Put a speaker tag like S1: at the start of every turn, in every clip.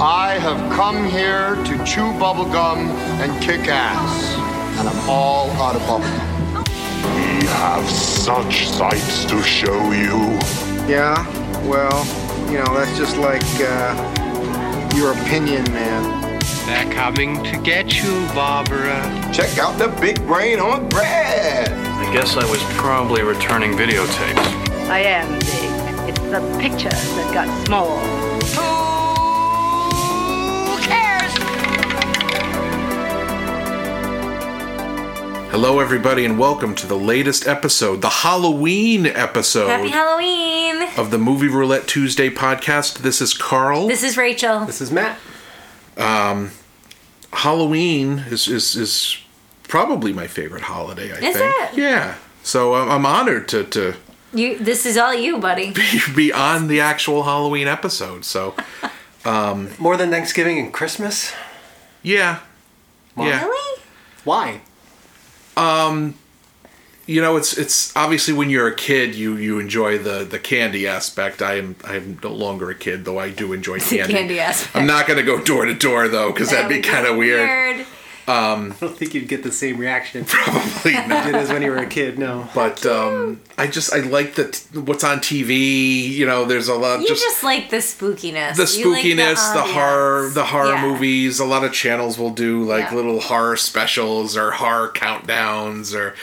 S1: I have come here to chew bubblegum and kick ass. And I'm all out of bubblegum.
S2: We have such sights to show you.
S3: Yeah, well, you know, that's just like uh, your opinion, man.
S4: They're coming to get you, Barbara.
S5: Check out the big brain on Brad.
S6: I guess I was probably returning videotapes.
S7: I am big. It's the pictures that got small.
S8: Hello, everybody, and welcome to the latest episode, the Halloween episode
S9: Happy Halloween!
S8: of the Movie Roulette Tuesday podcast. This is Carl.
S9: This is Rachel.
S10: This is Matt.
S8: Halloween is, is is probably my favorite holiday. I
S9: Is
S8: think.
S9: it?
S8: Yeah. So I'm, I'm honored to to
S9: You. This is all you, buddy.
S8: be on the actual Halloween episode. So
S10: More than Thanksgiving and Christmas?
S8: yeah, yeah.
S9: Really?
S10: Why?
S8: you know it's it's obviously when you're a kid you you enjoy the the candy aspect i am i'm no longer a kid though i do enjoy candy
S9: candy aspect.
S8: i'm not gonna go door to door though because that'd be kind of weird
S10: I don't think you'd get the same reaction if
S8: probably
S10: you
S8: not
S10: did as when you were a kid, no.
S8: but um i just i like the t- what's on tv you know there's a lot
S9: You
S8: just,
S9: just, like the spookiness.
S8: the
S9: You like
S8: spookiness the,
S9: ambiance.
S8: horror the horror
S9: Yeah.
S8: movies a lot of channels will do like
S9: Yeah.
S8: little horror specials or horror countdowns or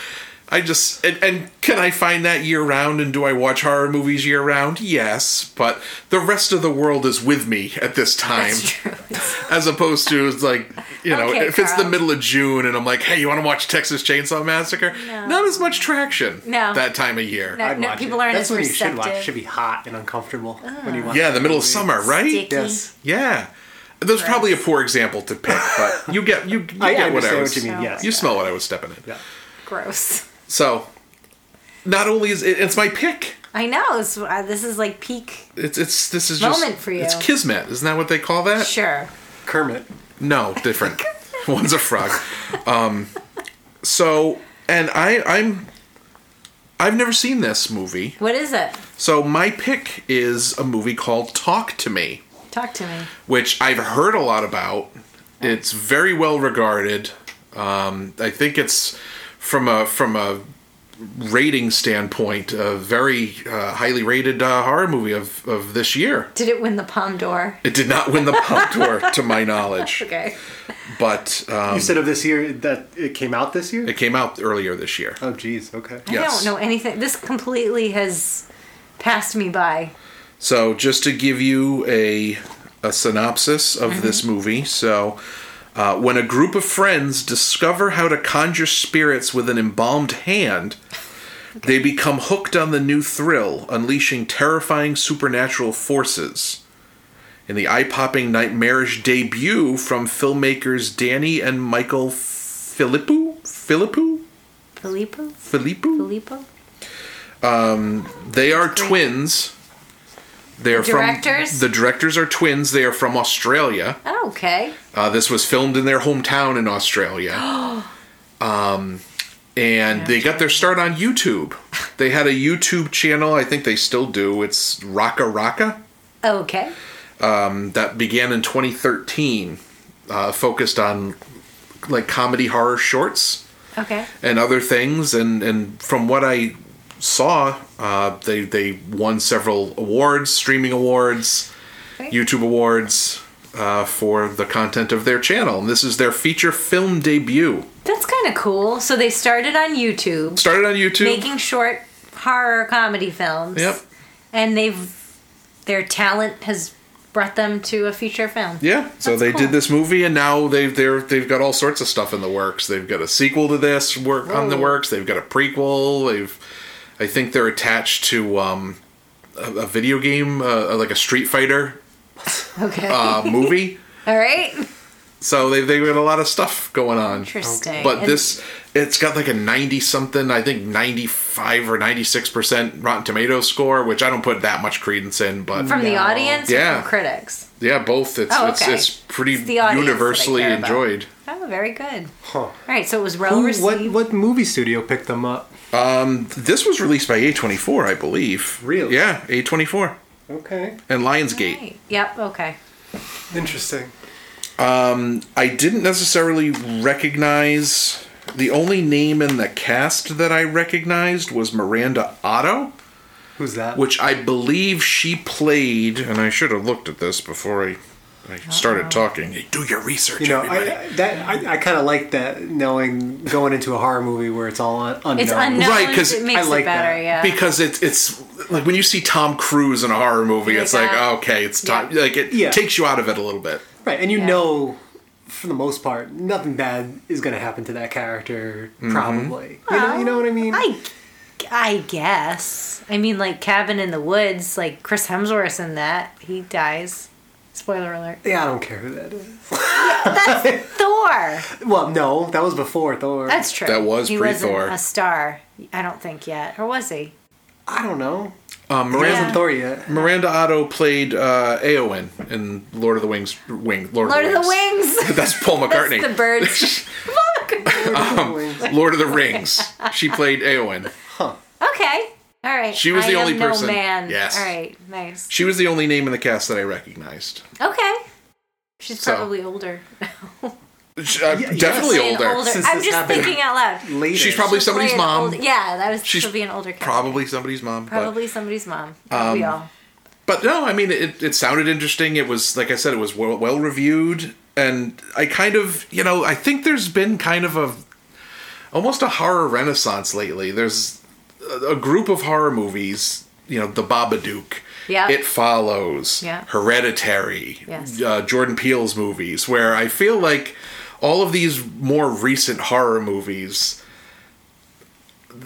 S8: I just and, and can I find that year round and do I watch horror movies year round? Yes, but the rest of the world is with me at this time.
S9: That's true.
S8: As opposed to it's like you know,
S9: Okay,
S8: if it's the
S9: Carl.
S8: middle of June and I'm like, hey, you want to watch Texas Chainsaw Massacre?
S9: No.
S8: Not as much traction
S9: No.
S8: that time of year.
S9: No,
S10: I'd
S9: no,
S10: watch
S9: people
S10: it.
S9: aren't
S10: That's
S9: as
S10: when
S9: receptive. Ah.
S10: you should watch. It should be hot and uncomfortable when you watch
S8: Yeah, the middle of
S10: movie.
S8: summer, right?
S9: Sticky.
S10: Yes.
S8: Yeah. There's probably a poor example to pick, but you get you, you
S10: I
S8: get what I
S10: understand
S8: was.
S10: what you mean, yes.
S8: You smell what I was stepping in.
S10: Yeah.
S9: Gross.
S8: So, not only is it, it's my pick.
S9: I know. It's, uh, this is like peak.
S8: It's it's this is
S9: Moment
S8: just
S9: for you.
S8: it's kismet. Isn't that what they call that?
S9: Sure.
S10: Kermit.
S8: No, different. One's a frog. Um, so, and I I'm I've never seen this movie.
S9: What is it?
S8: So my pick is a movie called Talk to Me.
S9: Talk to me.
S8: which I've heard a lot about. It's very well regarded. Um, I think it's from a from a rating standpoint a very uh, highly rated uh, horror movie of, of this year.
S9: Did it win the Palm d'Or?
S8: It did not win the Palme d'Or, to my knowledge,
S9: Okay.
S8: but um,
S10: You said of this year that it came out this year?
S8: it came out earlier this year.
S10: Oh, geez. Okay.
S8: Yes.
S9: I don't know anything. This completely has passed me by.
S8: So, just to give you a, a synopsis
S9: Mm-hmm.
S8: of this movie, so uh, when a group of friends discover how to conjure spirits with an embalmed hand, they become hooked on the new thrill, unleashing terrifying supernatural forces. In the eye popping nightmarish debut from filmmakers Danny and Michael Filippo? Filippo?
S9: Filippo?
S8: Filippo?
S9: Filippo?
S8: They are twins. They are
S9: Directors?
S8: from the directors are twins. They are from Australia.
S9: Oh, okay.
S8: Uh, this was filmed in their hometown in Australia. um, and they got their start on YouTube. They had a YouTube channel. I think they still do. It's Raka Raka
S9: Okay.
S8: um, that began in 2013, uh, focused on like comedy horror shorts
S9: Okay.
S8: and other things and and from what i saw uh they they won several awards streaming awards
S9: Great.
S8: youtube awards uh, for the content of their channel and this is their feature film debut
S9: That's kind of cool. So they started on YouTube,
S8: started on youtube
S9: making short horror comedy films.
S8: Yep.
S9: And they've their talent has brought them to a feature film.
S8: yeah so
S9: That's
S8: they
S9: cool.
S8: did this movie and now they've they're they've got all sorts of stuff in the works they've got a sequel to this work on the
S9: Whoa.
S8: works they've got a prequel they've i think they're attached to um a, a video game uh, like a street fighter
S9: Okay.
S8: uh, movie
S9: All right.
S8: So they they got a lot of stuff going on.
S9: Interesting.
S8: But
S9: And-
S8: this it's got like a 90 something, I think 95 or 96% Rotten Tomato score, which I don't put that much credence in, but
S9: from the audience
S8: Yeah.
S9: or from critics.
S8: yeah, both it's
S9: Oh, okay.
S8: it's it's pretty
S9: It's the audience that I
S8: universally
S9: care about.
S8: enjoyed.
S9: Oh, very good.
S10: Huh.
S9: All right, so it was well
S10: Who, what,
S9: received.
S10: what movie studio picked them up?
S8: This was released by A24, I believe.
S10: Really?
S8: Yeah, A24
S10: Okay.
S8: and Lionsgate.
S9: Right. Yep, okay.
S10: Interesting.
S8: I didn't necessarily recognize the only name in the cast that I recognized was Miranda Otto,
S10: Who's that?
S8: which I believe she played. And I should have looked at this before I, I started talking. Hey, do your research,
S10: you know,
S8: everybody.
S10: I, I- that I, I kind of like that knowing going into a horror movie where it's all un- unknown.
S9: It's unknown.
S8: Right, 'cause
S9: it makes
S10: I like
S9: it better.
S10: that.
S9: Yeah.
S8: because it's it's like when you see Tom Cruise in a horror movie,
S9: Like
S8: it's like
S9: that.
S8: okay, it's Tom.
S9: Yeah.
S8: Like it
S10: Yeah.
S8: takes you out of it a little bit.
S10: Right, and you
S9: Yeah.
S10: know, for the most part, nothing bad is going to happen to that character.
S8: Mm-hmm.
S10: Probably, you know, you know what I mean.
S9: I, I guess. I mean, like Cabin in the Woods, like Chris Hemsworth in that, he dies. Spoiler alert.
S10: yeah, I don't care who that is.
S9: Thor.
S10: Well, no, that was before Thor.
S9: That's true.
S8: That was
S9: he
S8: pre-
S9: wasn't
S8: Thor.
S9: a star. I don't think yet, or was he?
S10: I don't know.
S8: Uh,
S10: He
S8: Miranda
S10: wasn't Thor yet.
S8: Miranda Otto played uh, Eowyn in Lord of the Wings. Wing Lord,
S9: Lord of the
S8: Wings.
S9: Wings.
S8: That's Paul
S9: That's
S8: McCartney.
S9: the birds. Fuck.
S8: Lord of the Rings. She played Eowyn.
S9: Okay. All right.
S8: She was
S9: I
S8: the
S9: am
S8: only
S9: no
S8: person.
S9: Man.
S8: Yes.
S9: All right. Nice.
S8: She was the only name in the cast that I recognized.
S9: Okay. She's
S8: So.
S9: probably older.
S8: She- uh, definitely
S9: Saying
S8: older.
S10: Since
S9: I'm
S10: this
S9: just
S10: happened
S9: thinking out loud.
S10: Later.
S8: She's probably
S9: She'll play
S8: somebody's
S9: an
S8: mom.
S9: old- yeah, that was.
S8: She's
S9: she'll be an older character.
S8: Probably Um, somebody's mom. But,
S9: Probably somebody's mom. we all.
S8: but no, I mean, it, it sounded interesting. It was, like I said, it was well, well reviewed. And I kind of, you know, I think there's been kind of a almost a horror renaissance lately. There's a, a group of horror movies, you know, The Babadook.
S9: Yeah.
S8: It follows.
S9: Yeah.
S8: Hereditary.
S9: Yes.
S8: Uh, Jordan Peele's movies, where I feel like all of these more recent horror movies,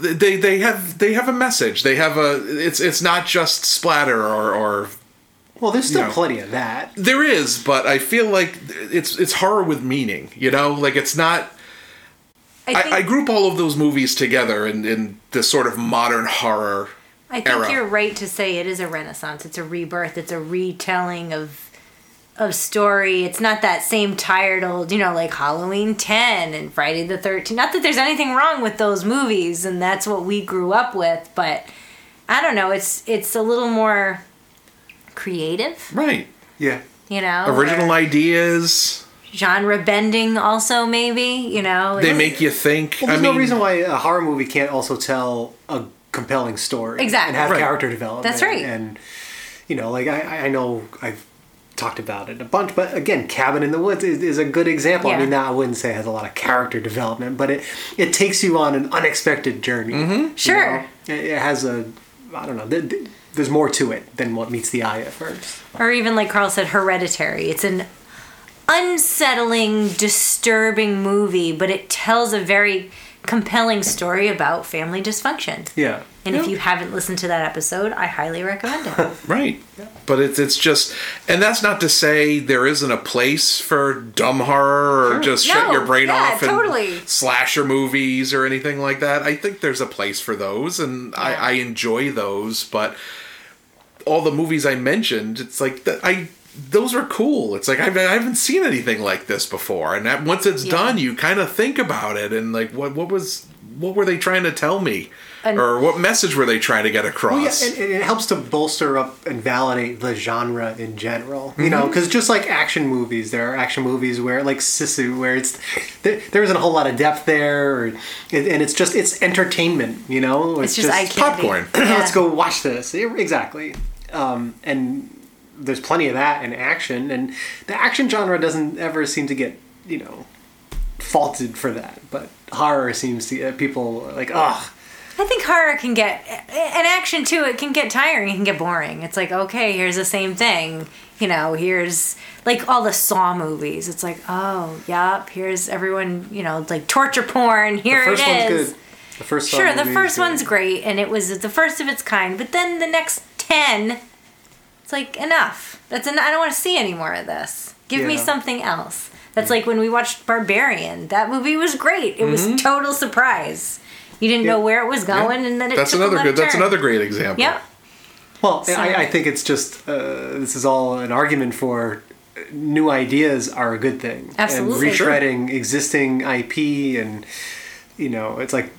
S8: th- they they have they have a message. They have a it's it's not just splatter or or
S10: Well, there's still
S8: No.
S10: plenty of that.
S8: there is, but I feel like it's it's horror with meaning. You know, like it's not.
S9: I think,
S8: I, I group all of those movies together in, in this sort of modern horror.
S9: I think
S8: era.
S9: you're right to say it is a renaissance. It's a rebirth. It's a retelling of of story. It's not that same tired old, you know, like Halloween 10 and Friday the 13th. Not that there's anything wrong with those movies and that's what we grew up with, but I don't know, it's it's a little more creative,
S8: Right.
S10: Yeah,
S9: you know.
S8: Original ideas.
S9: genre bending also maybe, you know.
S8: They
S9: it's-
S8: make you think.
S10: Well, there's
S8: I mean,
S10: no reason why a horror movie can't also tell a compelling story
S9: Exactly.
S10: and have
S8: Right.
S10: character development.
S9: That's right.
S10: And you know, like I, I- I know I've talked about it a bunch, but again, Cabin in the Woods is, is a good example. I
S9: Yeah.
S10: mean, that I wouldn't say has a lot of character development, but it it takes you on an unexpected journey. you
S9: Mm-hmm. Sure.
S10: know? It, it has a I don't know. th- th- There's more to it than what meets the eye at first.
S9: or even like Carl said, hereditary. It's an unsettling, disturbing movie, but it tells a very compelling story about family dysfunction.
S10: Yeah.
S9: And if you haven't listened to that episode, I highly recommend it.
S8: Right. But it's it's just, and that's not to say there isn't a place for dumb horror or just shut
S9: No,
S8: your brain
S9: yeah,
S8: off and
S9: totally.
S8: slasher movies or anything like that. I think there's a place for those, and
S9: Yeah.
S8: I, I enjoy those. But all the movies I mentioned, it's like that I those are cool. It's like I've, I haven't seen anything like this before, and that, once it's
S9: Yeah.
S8: done, you kind of think about it and like what what was what were they trying to tell me,
S9: And-
S8: or what message were they trying to get
S10: Well,
S8: across?
S10: Oh, yeah, and, and it helps to bolster up and validate the genre in general. You
S9: Mm-hmm.
S10: know, 'cause know, because just like action movies, there are action movies where, like Sisu, where it's there, there isn't a whole lot of depth there, or, and and it's just it's entertainment. You know,
S9: It's just, I can't.
S8: popcorn.
S10: Let's go watch this. Yeah, Exactly. Um, and there's plenty of that in action, and the action genre doesn't ever seem to get you know faulted for that, but horror seems to uh, people are like ugh.
S9: I think horror can get, and action too, it can get tiring, it can get boring. It's like, okay, here's the same thing. You know, here's like all the Saw movies. It's like, oh, yup, here's everyone, you know, like torture porn. Here
S10: the first
S9: it is.
S10: one's good. The first
S9: Sure,
S10: song
S9: the
S10: movie is
S9: first
S10: good.
S9: one's great, and it was the first of its kind. But then the next ten, it's like enough. That's en- I don't want to see any more of this. Give me
S10: Yeah.
S9: something else. That's like when we watched Barbarian. That movie was great. It
S8: Mm-hmm.
S9: was total surprise. You didn't know
S10: Yeah.
S9: where it was going, and then it
S8: that's
S9: took a
S8: another
S9: left
S8: good. That's
S9: turn.
S8: another great example.
S9: Yep.
S10: Well,
S9: So-
S10: I, I think it's just uh, this is all an argument for uh, new ideas are a good thing.
S9: Absolutely.
S10: And retreading existing IP and you know it's like,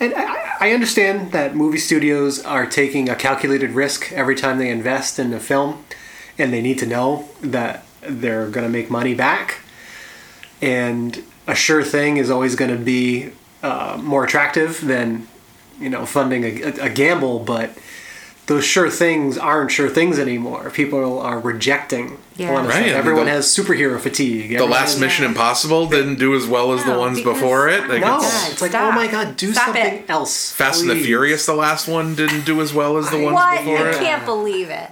S10: and I, I understand that movie studios are taking a calculated risk every time they invest in a film, and they need to know that they're going to make money back. And a sure thing is always going to be uh, more attractive than, you know, funding a, a, a gamble. But those sure things aren't sure things anymore. People are rejecting.
S9: Yeah.
S10: Honestly.
S8: Right, I mean,
S10: Everyone
S8: the-
S10: has superhero fatigue.
S8: The last Mission Impossible didn't do as well as the
S9: No,
S8: ones
S9: because-
S8: before it. Like
S10: No,
S9: No,
S8: it's-
S10: it's like,
S9: stop.
S10: oh my god, do
S9: Stop
S10: something
S9: it.
S10: else.
S8: Fast and the
S10: please.
S8: Furious, the last one didn't do as well as the ones
S9: What?
S8: before
S9: I
S8: it.
S9: can't believe it.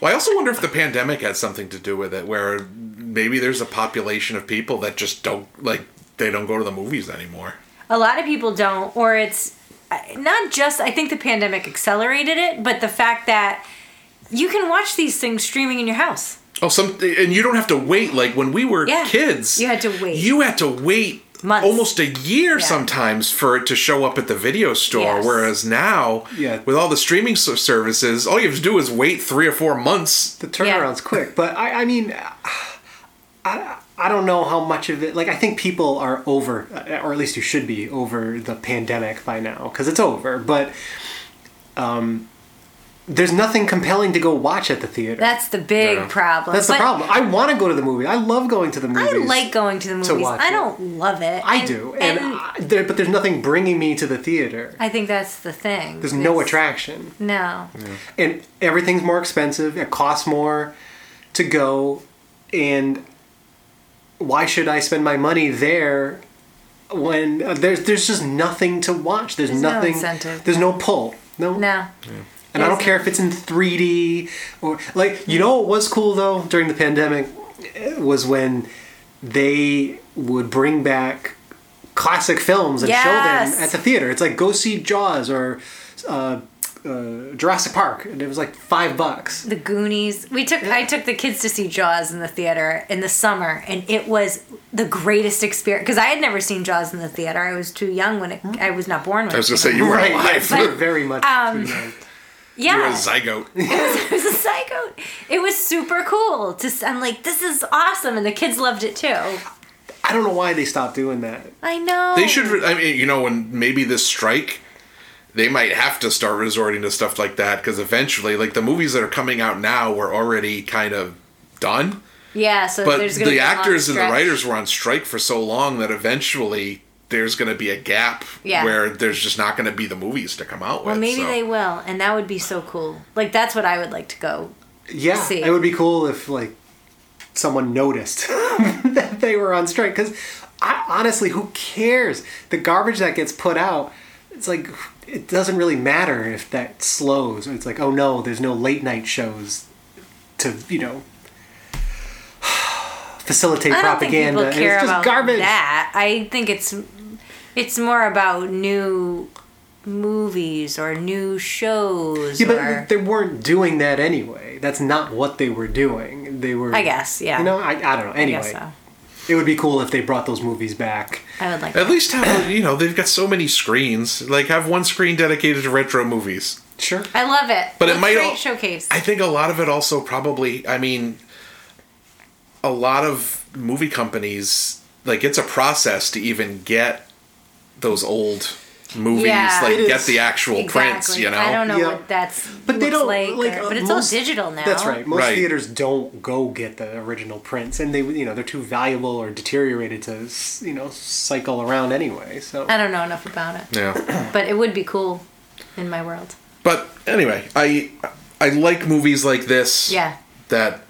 S8: Well, I also wonder if the pandemic had something to do with it, where maybe there's a population of people that just don't like they don't go to the movies anymore.
S9: a lot of people don't or it's uh, not just i think the pandemic accelerated it but the fact that you can watch these things streaming in your house
S8: Oh, some and you don't have to wait. Like when we were
S9: Yeah,
S8: kids,
S9: you had to wait.
S8: You had to wait
S9: Months.
S8: almost a year
S9: Yeah.
S8: sometimes for it to show up at the video store.
S9: Yes.
S8: Whereas now,
S10: Yeah.
S8: with all the streaming so- services, all you have to do is wait three or four months.
S10: the turnaround's quick but i i mean i i don't know how much of it like i think people are over or at least you should be over the pandemic by now because it's over but um there's nothing compelling to go watch at the theater
S9: that's the big
S8: Yeah.
S9: problem
S10: That's the
S9: But
S10: problem i want to go to the movie i love going to the movies
S9: i like going to the movies
S10: to watch
S9: i
S10: it.
S9: don't love it
S10: i
S9: And-
S10: do and,
S9: and,
S10: I, there, but there's nothing bringing me to the theater
S9: i think that's the thing
S10: there's no
S9: It's-
S10: attraction
S9: no
S10: and everything's more expensive. It costs more to go, and why should I spend my money there when uh, there's there's just nothing to watch? There's,
S9: There's no
S10: nothing.
S9: incentive.
S10: There's no pull. No.
S9: no
S10: And I don't care if it's in 3D or like you know what was cool though during the pandemic eh, was when they would bring back classic films and show
S9: Yes.
S10: them at the theater. It's like go see Jaws or uh, uh, Jurassic Park, and it was like five bucks.
S9: the goonies we took i took the kids to see jaws in the theater in the summer and it was the greatest experience because i had never seen jaws in the theater i was too young when it, i was not born when
S8: I was
S9: it
S8: gonna say you were alive.
S10: yes, you're very much.
S9: um,
S10: too young.
S9: yeah
S8: You're a zygote.
S9: it was a psycho. It was super cool. To s- I'm like, this is awesome, and the kids loved it too.
S10: I don't know why they stopped doing that.
S9: I know.
S8: they should. re- I mean, you know, when maybe this strike. They might have to start resorting to stuff like that because eventually, like the movies that are coming out now, were already kind of done.
S9: Yeah. So
S8: but
S9: there's gonna
S8: the
S9: be a long
S8: actors and the
S9: stretch.
S8: writers were on strike for so long that eventually there's going to be a gap
S9: Yeah.
S8: where there's just not going to be the movies to come out
S9: Well,
S8: with.
S9: maybe
S8: so.
S9: they will, and that would be so cool. Like that's what I would like to go.
S10: Yeah,
S9: See.
S10: it would be cool if like someone noticed that they were on strike. Because honestly, who cares? The garbage that gets put out, it's like it doesn't really matter if that slows. It's like oh no, there's no late night shows to you know facilitate
S9: I don't
S10: propaganda.
S9: think people care
S10: it's just
S9: about
S10: garbage.
S9: that. I think it's it's more about new movies or new shows.
S10: Yeah,
S9: or,
S10: but they weren't doing that anyway. That's not what they were doing. They were.
S9: I guess, yeah.
S10: You know, I, I don't know. Anyway,
S9: I guess so.
S10: it would be cool if they brought those movies back.
S9: I would like.
S8: At
S9: That.
S8: least have you know they've got so many screens. Like have one screen dedicated to retro movies.
S10: Sure.
S9: I love it.
S8: But it
S9: It's a
S8: might
S9: great
S8: al-
S9: showcase.
S8: I think a lot of it also probably. I mean, a lot of movie companies like it's a process to even get those old movies.
S9: Yeah.
S8: like
S10: It
S8: get
S10: is.
S8: the actual prints. You know.
S9: I don't know
S10: Yeah.
S9: what that's
S10: But they
S9: looks
S10: don't
S9: like,
S10: like,
S9: or-
S10: uh,
S9: but it's
S10: most-
S9: all digital now.
S10: That's right. Most
S8: Right.
S10: theaters don't go get the original prints, and they you know they're too valuable or deteriorated to s- you know cycle around anyway. So
S9: I don't know enough about it,
S8: Yeah.
S9: but it would be cool in my world.
S8: But anyway, I I like movies like this.
S9: Yeah.
S8: That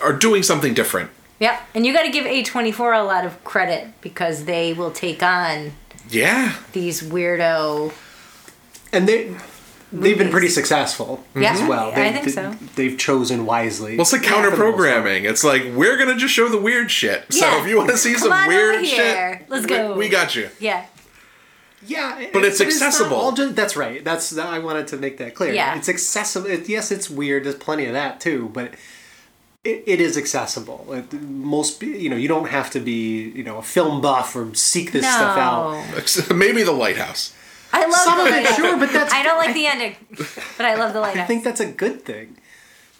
S8: are doing something different.
S9: Yep. And you got to give A24 a lot of credit because they will take on
S8: Yeah.
S9: these weirdo.
S10: and they they've been pretty successful
S9: Yeah,
S10: as well.
S9: I
S10: They-
S9: think
S10: they-
S9: so.
S10: They've chosen wisely.
S8: Well, it's like counter programming. It's like we're gonna just show the weird shit. So
S9: Yeah.
S8: if you want to see
S9: Come
S8: some
S9: on
S8: weird
S9: over here.
S8: shit,
S9: Let's
S8: we-
S9: go.
S8: We, got you.
S9: Yeah.
S10: Yeah, it-
S8: But it's
S10: it is not
S8: accessible.
S10: all ju- that's right. That's that- I wanted to make that clear.
S9: Yeah.
S10: it's accessible. It, yes, it's weird. There's plenty of that too, but it, it is accessible. It, most pe- you know, you don't have to be you know a film buff or seek this
S9: no.
S10: stuff out.
S8: Maybe the lighthouse.
S9: I love
S10: Some
S9: the
S10: of it,
S9: lighthouse.
S10: sure, but that's-
S9: I don't like the ending, but I love the
S10: I
S9: lighthouse.
S10: think that's a good thing.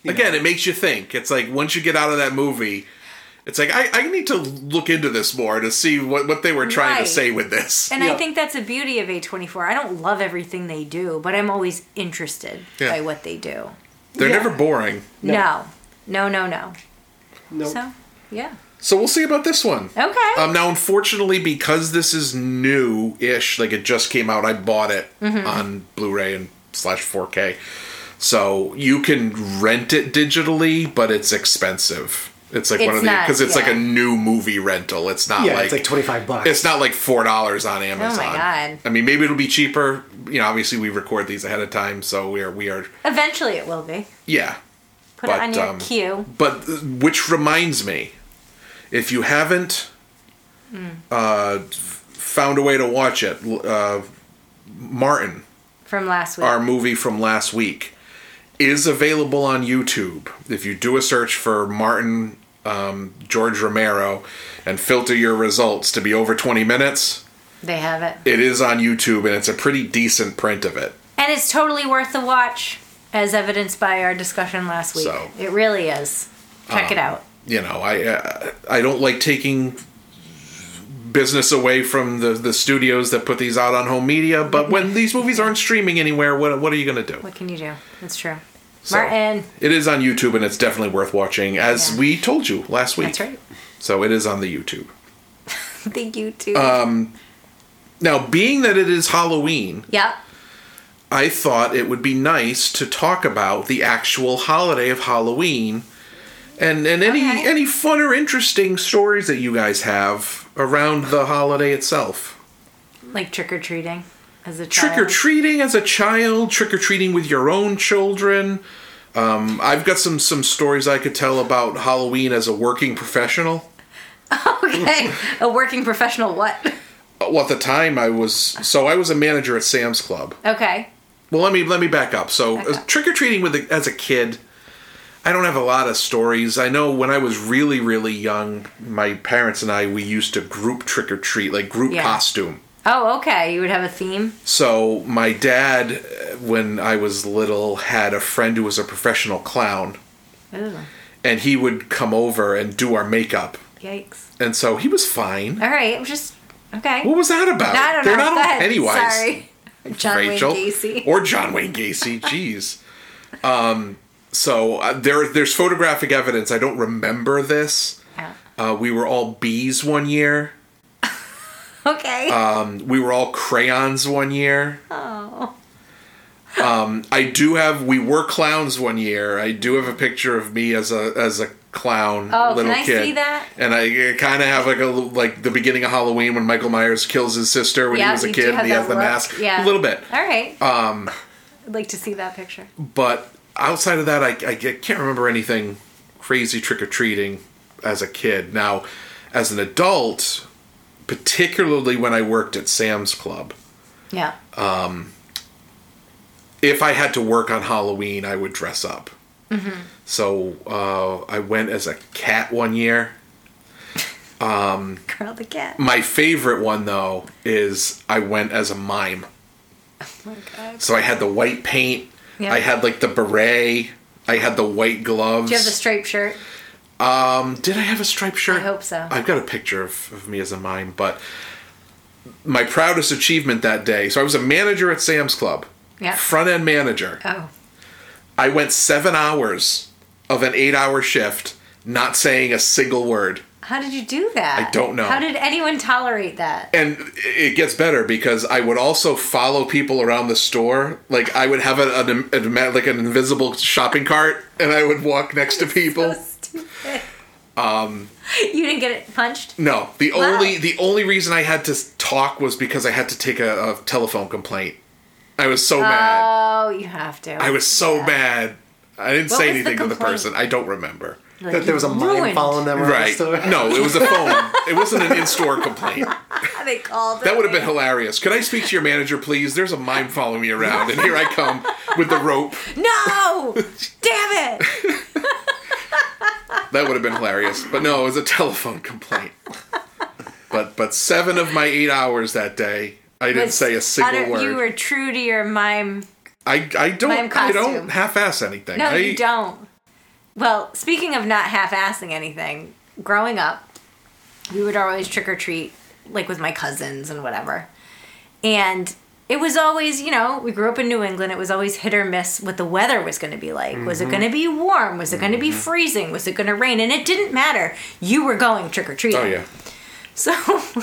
S8: Again, it makes you think. It's like once you get out of that movie, it's like I, I need to look into this more to see what, what they were trying to
S9: Right.
S8: say with this.
S9: and I
S10: Yeah.
S9: think that's the beauty of A24. I don't love everything they do, but I'm always interested
S8: Yeah.
S9: by what they do.
S8: They're
S10: Yeah.
S8: never boring.
S9: No. No, no, no.
S10: No.
S9: So, yeah.
S8: So we'll see about this one.
S9: Okay.
S8: Um, now, unfortunately, because this is new-ish, like it just came out, I bought it
S9: Mm-hmm.
S8: on Blu-ray and slash 4K. So you can rent it digitally, but it's expensive. It's like one
S9: It's
S8: of the
S9: not-
S8: because it's like
S9: yeah.
S8: a new movie rental. It's not
S10: Yeah,
S8: like
S10: it's like 25 bucks.
S8: It's not like four dollars on Amazon.
S9: Oh God.
S8: I mean, maybe it'll be cheaper. You know, obviously we record these ahead of time, so we are we are
S9: Eventually it will be.
S8: yeah.
S9: Put it on your
S8: um,
S9: queue.
S8: But uh, which reminds me, if you haven't uh, f- found a way to watch it, l- uh, Martin,
S9: From last week.
S8: our movie from last week, is available on YouTube. If you do a search for Martin um, George Romero and filter your results to be over 20 minutes,
S9: they have it.
S8: it is on YouTube and it's a pretty decent print of it.
S9: And it's totally worth the watch, as evidenced by our discussion last week.
S8: So. um,
S9: it really is. Check it out.
S8: you know, I uh, I don't like taking business away from the the studios that put these out on home media, but when these movies aren't streaming anywhere, what what are you going to do?
S9: What can you do? That's true.
S8: So,
S9: Martin.
S8: It is on YouTube and it's definitely worth watching as
S9: Yeah.
S8: we told you last week.
S9: That's right.
S8: So it is on the YouTube.
S9: Thank you too.
S8: Uh, Now, being that it is Halloween,
S9: yep.
S8: I thought it would be nice to talk about the actual holiday of Halloween and and any
S9: Okay.
S8: any fun or interesting stories that you guys have around the holiday itself.
S9: Like trick or treating as a
S8: trick or
S9: child.
S8: treating as a child, trick or treating with your own children. Um, I've got some some stories I could tell about Halloween as a working professional.
S9: okay. a working professional what?
S8: Uh, Well, at the time I was so I was a manager at Sam's Club.
S9: Okay.
S8: Well, let me let me back up. So
S9: Back up.
S8: trick or treating with the, as a kid, I don't have a lot of stories. I know when I was really really young, my parents and I we used to group trick or treat, like group
S9: Yeah.
S8: costume.
S9: Oh, okay. You would have a theme.
S8: So my dad, uh, when I was little, had a friend who was a professional clown.
S9: Ooh,
S8: and he would come over and do our makeup.
S9: yikes.
S8: And so he was fine.
S9: All right. I'm just okay.
S8: What was that about?
S9: I don't
S8: They're
S9: know.
S8: not
S9: Go
S8: all
S9: ahead.
S8: Pennywise.
S9: Sorry. John
S8: Rachel
S9: Wayne Gacy.
S8: or John Wayne Gacy. Jeez. Um, so uh, there, there's photographic evidence. I don't remember this.
S9: Yeah.
S8: Uh, we were all bees one year.
S9: okay.
S8: Uh, We were all crayons one year. Oh. Um, I do have. We were clowns one year. I do have a picture of me as a as a clown
S9: Oh, can
S8: little
S9: I
S8: kid.
S9: see that?
S8: And I kind of have like a little- like the beginning of Halloween when Michael Myers kills his sister when
S9: Yeah,
S8: he was a
S9: you do
S8: kid
S9: have
S8: and he has
S9: that
S8: the
S9: look.
S8: mask. a
S9: Yeah.
S8: little bit.
S9: All right. Um, I'd like to see that picture.
S8: But outside of that, I, I can't remember anything crazy trick or treating as a kid. Now, as an adult, particularly when I worked at Sam's Club.
S9: Yeah.
S8: if I had to work on Halloween, I would dress up.
S9: Mm-hmm.
S8: So uh, I went as a cat one year.
S9: Girl the cat.
S8: My favorite one though is I went as a mime. So I had the white paint.
S9: Oh Yeah.
S8: I had like the beret. I had the white gloves. Um,
S9: Do you have the striped shirt?
S8: Did I have a striped shirt?
S9: I hope so.
S8: I've got a picture of, of me as a mime, but my proudest achievement that day. So I was a manager at Sam's Club.
S9: Yeah.
S8: Front end manager.
S9: Oh.
S8: I went seven hours of an eight hour shift not saying a single word.
S9: How did you do that?
S8: I don't know.
S9: How did anyone tolerate that?
S8: And it gets better because I would also follow people around the store. Like I would have a, a, a- like an invisible shopping cart, and I would walk next to people.
S9: So stupid. Um. You didn't get it punched.
S8: No, the
S9: Wow.
S8: only the only reason I had to talk was because I had to take a, a telephone complaint. I was so mad.
S9: Oh, you have to.
S8: I was so mad. I didn't
S9: What
S8: say
S9: was the
S8: anything to the
S9: complaint?
S8: person. I don't remember.
S9: Like,
S10: That there was a
S9: you
S10: mime
S9: ruined-
S10: following them around
S8: Right?
S10: the store.
S8: No, it was a phone. It wasn't an in-store complaint.
S9: They called.
S8: That would have been
S9: it.
S8: hilarious. Could I speak to your manager, please? There's a mime following me around, and here I come with the rope.
S9: No! Damn it!
S8: That would have been hilarious. But no, it was a telephone complaint. But but seven of my eight hours that day, I didn't say a single
S9: Utter-
S8: word.
S9: You were true to your mime.
S8: I I
S9: mime
S8: don't I
S9: costume.
S8: don't half-ass anything.
S9: No,
S8: I,
S9: you don't. Well, speaking of not half-assing anything, growing up, we would always trick or treat, like with my cousins and whatever. And it was always, you know, we grew up in New England. It was always hit or miss what the weather was going to be like. Was it
S8: Mm-hmm.
S9: going to be warm? Was it going to be freezing? Was it going to rain? And it didn't matter. You were going trick or treating.
S8: Oh yeah.
S9: So,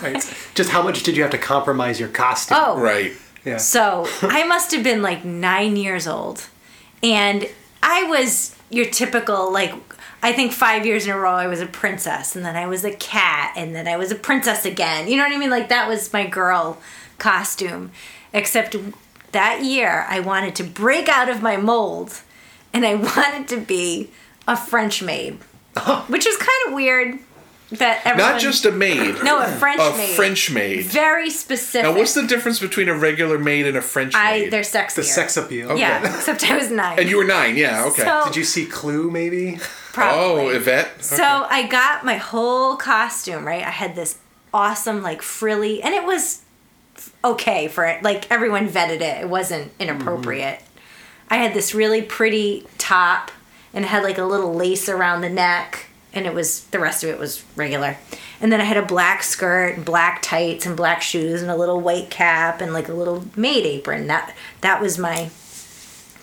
S10: It's just how much did you have to compromise your costume?
S9: oh,
S8: Right.
S10: yeah.
S9: So I must have been like nine years old. And I was your typical, like, I think five years in a row I was a princess, and then I was a cat, and then I was a princess again. You know what I mean? Like, that was my girl costume. Except that year I wanted to break out of my mold, and I wanted to be a French maid, which was kind of weird. That everyone,
S8: Not just a maid.
S9: no a French
S8: a
S9: Um, maid,
S8: French maid.
S9: very specific.
S8: Now, what's the difference between a regular maid and a French
S9: I
S8: maid?
S9: they're sexier.
S10: The sex appeal.
S9: Yeah, except I was nine.
S8: and you were nine, yeah, okay.
S9: So-
S10: Did you see Clue maybe?
S9: probably.
S8: Oh, Yvette.
S9: So I got my whole costume right. I had this awesome like frilly, and it was f- okay for it. Like everyone vetted it; it wasn't inappropriate.
S8: Mm-hmm.
S9: I had this really pretty top, and it had like a little lace around the neck, and it was the rest of it was regular. And then I had a black skirt, and black tights, and black shoes, and a little white cap, and like a little maid apron. That that was my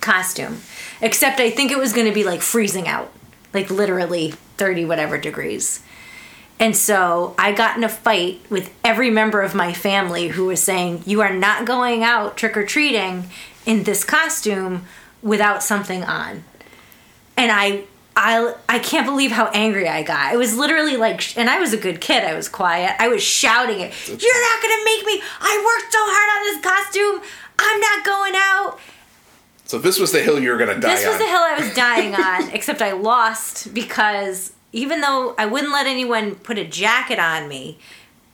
S9: costume. Except I think it was going to be like freezing out, like literally 30 whatever degrees. And so I got in a fight with every member of my family who was saying, You are not going out trick or treating in this costume without something on. And I. I, I can't believe how angry I got. It was literally like, sh- and I was a good kid. I was quiet. I was shouting it. You're not gonna make me. I worked so hard on this costume. I'm not going out.
S8: So this was the hill you were going to die
S9: This was
S8: on.
S9: the hill I was dying on, except I lost because even though I wouldn't let anyone put a jacket on me,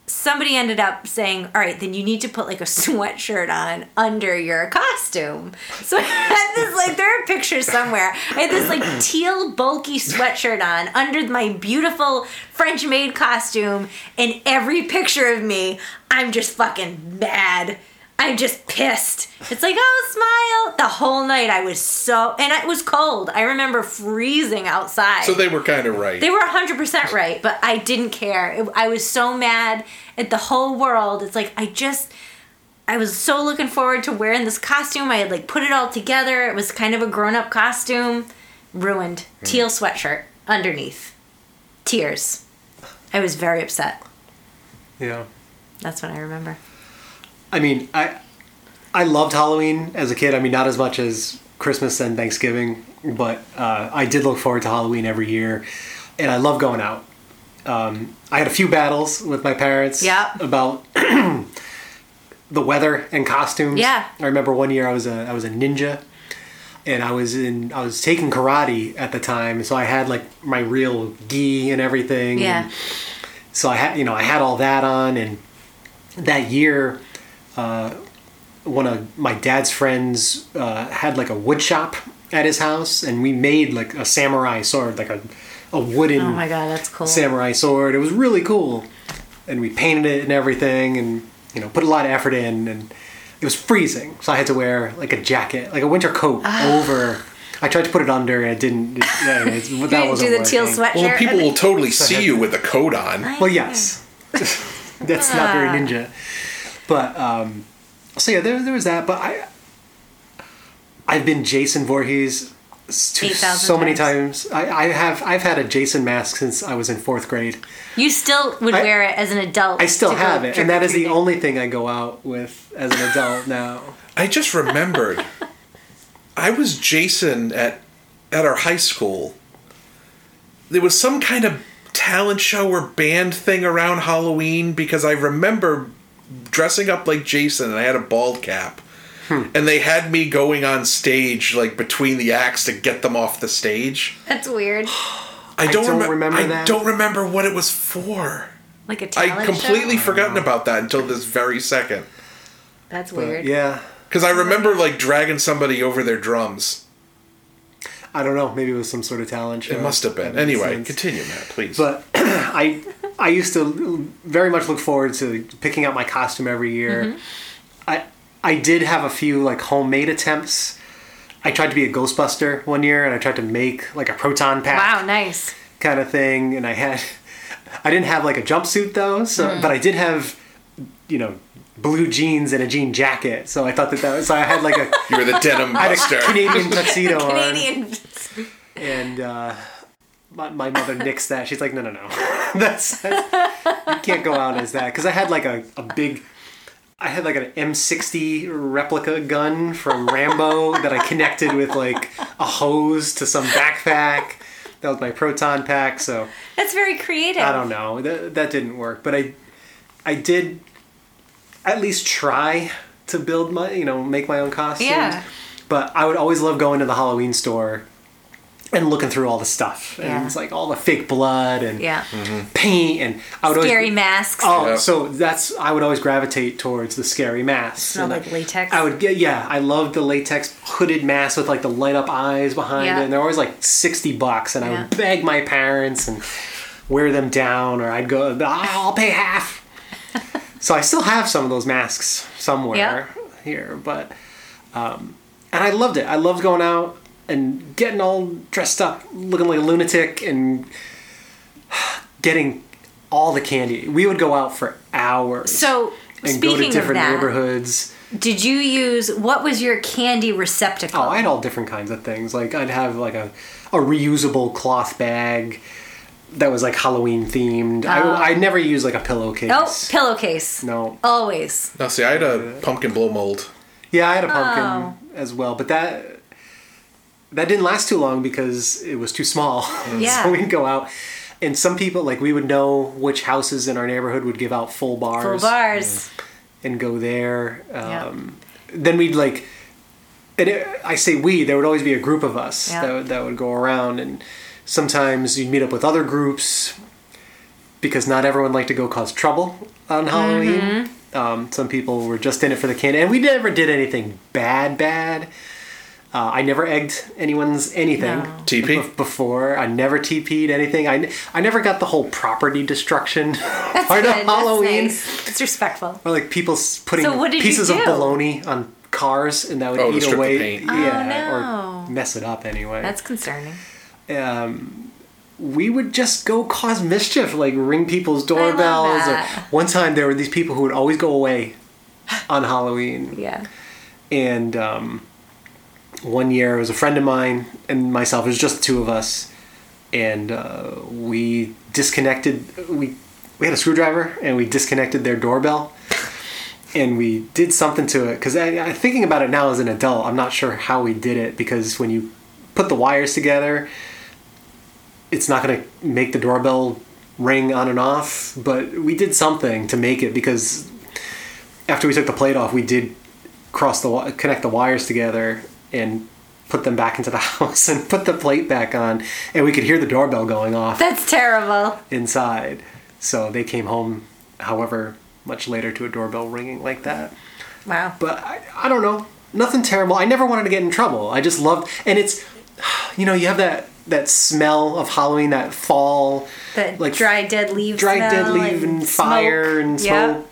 S9: somebody ended up saying, All right, then you need to put like a sweatshirt on under your costume. So I had this, like, there are pictures somewhere. I had this, like, teal, bulky sweatshirt on under my beautiful French maid costume. And every picture of me, I'm just fucking mad. I'm just pissed. It's like, oh, smile. The whole night I was so, and it was cold. I remember freezing outside.
S8: so they were kind of right.
S9: They were 100% right, but I didn't care. It, I was so mad at the whole world. It's like, I just, I was so looking forward to wearing this costume. I had like put it all together. It was kind of a grown up costume. Ruined.
S10: Hmm.
S9: Teal sweatshirt underneath. Tears. I was very upset.
S10: Yeah.
S9: That's what I remember.
S10: I mean, I I loved Halloween as a kid. I mean, not as much as Christmas and Thanksgiving, but uh, I did look forward to Halloween every year, and I love going out. Um, I had a few battles with my parents
S9: Yep.
S10: about the weather and costumes.
S9: Yeah.
S10: I remember one year I was a I was a ninja, and I was in I was taking karate at the time, so I had like my real gi and everything.
S9: Yeah.
S10: and so I had you know I had all that on, and that year, uh, one of my dad's friends uh, had like a wood shop at his house, and we made like a samurai sword, like a a wooden
S9: Oh my God, that's cool.
S10: samurai sword. It was really cool, and we painted it and everything, and you know put a lot of effort in, and it was freezing, so I had to wear like a jacket, like a winter coat
S9: Ah.
S10: over. I tried to put it under, and it didn't. It, yeah, it- that
S9: you didn't
S10: wasn't
S9: do the teal
S10: working.
S9: sweatshirt.
S8: well, people will totally see you with a coat on.
S10: Well, yes. That's not
S9: Ah.
S10: very ninja. But um, so yeah, there, there was that. But I, I've been Jason Voorhees s- to
S9: 8,000
S10: so many times. I, I have I've had a Jason mask since I was in fourth grade.
S9: you still would
S10: I-
S9: wear it as an adult.
S10: I still
S9: to go
S10: have it, and that is the
S9: trick-or-treating.
S10: only thing I go out with as an adult now.
S8: I just remembered. I was Jason at at our high school. There was some kind of talent show or band thing around Halloween because I remember dressing up like Jason and I had a bald cap.
S10: Hmm.
S8: And they had me going on stage like between the acts to get them off the stage.
S9: That's weird.
S8: I don't,
S10: don't
S8: remem-
S10: remember
S8: I
S10: that.
S8: don't remember what it was for.
S9: Like a talent
S8: I completely
S9: show?
S8: forgotten about that until this very second.
S9: That's
S10: But,
S9: weird.
S10: yeah,
S8: Because I remember like dragging somebody over their drums.
S10: I don't know. Maybe it was some sort of talent show.
S8: It must have been.
S10: That makes
S8: Anyway,
S10: sense.
S8: continue, Matt, please.
S10: But I I used to very much look forward to picking out my costume every year.
S9: Mm-hmm.
S10: I I did have a few like homemade attempts. I tried to be a Ghostbuster one year, and I tried to make like a proton pack
S9: Wow, nice.
S10: kind of thing.
S9: Mm-hmm.
S10: And I had I didn't have like a jumpsuit though, so but I did have you know blue jeans and a jean jacket. So I thought that that was. So I had like a,
S8: You were the denim
S10: I had
S8: buster.
S10: a Canadian tuxedo on,
S9: Canadian.
S10: and uh, my, my mother nixed that. She's like, no, no, no, that's, that's you can't go out as that because I had like a, a big. I had like an M60 replica gun from Rambo that I connected with like a hose to some backpack. That was my proton pack. So
S9: That's very creative.
S10: I don't know. That, that didn't work, but I I did at least try to build my, you know, make my own costumes.
S9: Yeah.
S10: But I would always love going to the Halloween store and looking through all the stuff. And
S9: Yeah.
S10: it's like all the fake blood and
S9: Yeah.
S10: paint and I would
S9: Scary
S10: always
S9: masks.
S10: Oh,
S8: Yeah.
S10: so that's I would always gravitate towards the scary masks.
S9: Smell
S10: And
S9: like
S10: I-
S9: latex.
S10: I would get yeah, I loved the latex hooded mask with like the light up eyes behind
S9: Yeah.
S10: it. And they're always like sixty bucks, and I would
S9: Yeah.
S10: beg my parents and wear them down, or I'd go, I'll pay half. so I still have some of those masks somewhere here, but um, and I loved it. I loved going out and getting all dressed up, looking like a lunatic, and getting all the candy. We would go out for hours.
S9: So
S10: and go to
S9: speaking of
S10: different
S9: that,
S10: neighborhoods.
S9: did you use what was your candy receptacle?
S10: Oh, I had all different kinds of things. Like I'd have like a, a reusable cloth bag that was like Halloween themed. I, I never used like a pillowcase.
S9: oh, pillowcase.
S10: No.
S9: Always.
S8: No, see, I had a pumpkin blow mold.
S10: Yeah, I had a pumpkin
S9: Oh.
S10: as well, but that that didn't last too long because it was too small.
S9: Yeah.
S10: so we'd go out, and some people like we would know which houses in our neighborhood would give out
S9: Full
S10: full bars,
S9: bars.
S10: and go there.
S9: Yeah.
S10: Um, Then we'd like, and it, I say we. There would always be a group of us
S9: Yeah.
S10: that would, that would go around, and sometimes you'd meet up with other groups because not everyone liked to go cause trouble on Halloween.
S9: Mm-hmm.
S10: Um, some people were just in it for the candy, and we never did anything bad. Bad. Uh, I never egged anyone's anything.
S9: No.
S8: TP?
S10: bef- before. I never TP'd anything. I, n- I never got the whole property destruction part of
S9: Good, that's
S10: Halloween.
S9: nice. It's respectful.
S10: Or like people s- putting
S9: So what did you
S10: pieces of
S9: do?
S10: bologna on cars, and that would
S8: Oh, to
S10: eat
S8: strip the
S10: away,
S8: paint.
S9: Oh,
S10: yeah,
S9: no.
S10: or mess it up anyway.
S9: That's concerning.
S10: um, we would just go cause mischief, like ring people's
S9: love
S10: doorbells. Or
S9: that.
S10: one time there were these people who would always go away on Halloween,
S9: Yeah.
S10: and um, one year it was a friend of mine and myself. It was just the two of us, and uh, we disconnected. We we had a screwdriver and we disconnected their doorbell, and we did something to it. Because I, I, thinking about it now as an adult, I'm not sure how we did it because when you put the wires together, it's not going to make the doorbell ring on and off. But we did something to make it because after we took the plate off, we did cross the wi- connect the wires together and put them back into the house and put the plate back on, and we could hear the doorbell going off
S9: That's terrible.
S10: inside. So they came home, however much later, to a doorbell ringing like that.
S9: Wow.
S10: But I, I don't know, nothing terrible. I never wanted to get in trouble. I just loved, and it's, you know, you have that that smell of Halloween, that fall,
S9: The
S10: like
S9: dry dead leaves.
S10: dry dead leaf and, fire and
S9: Yeah.
S10: smoke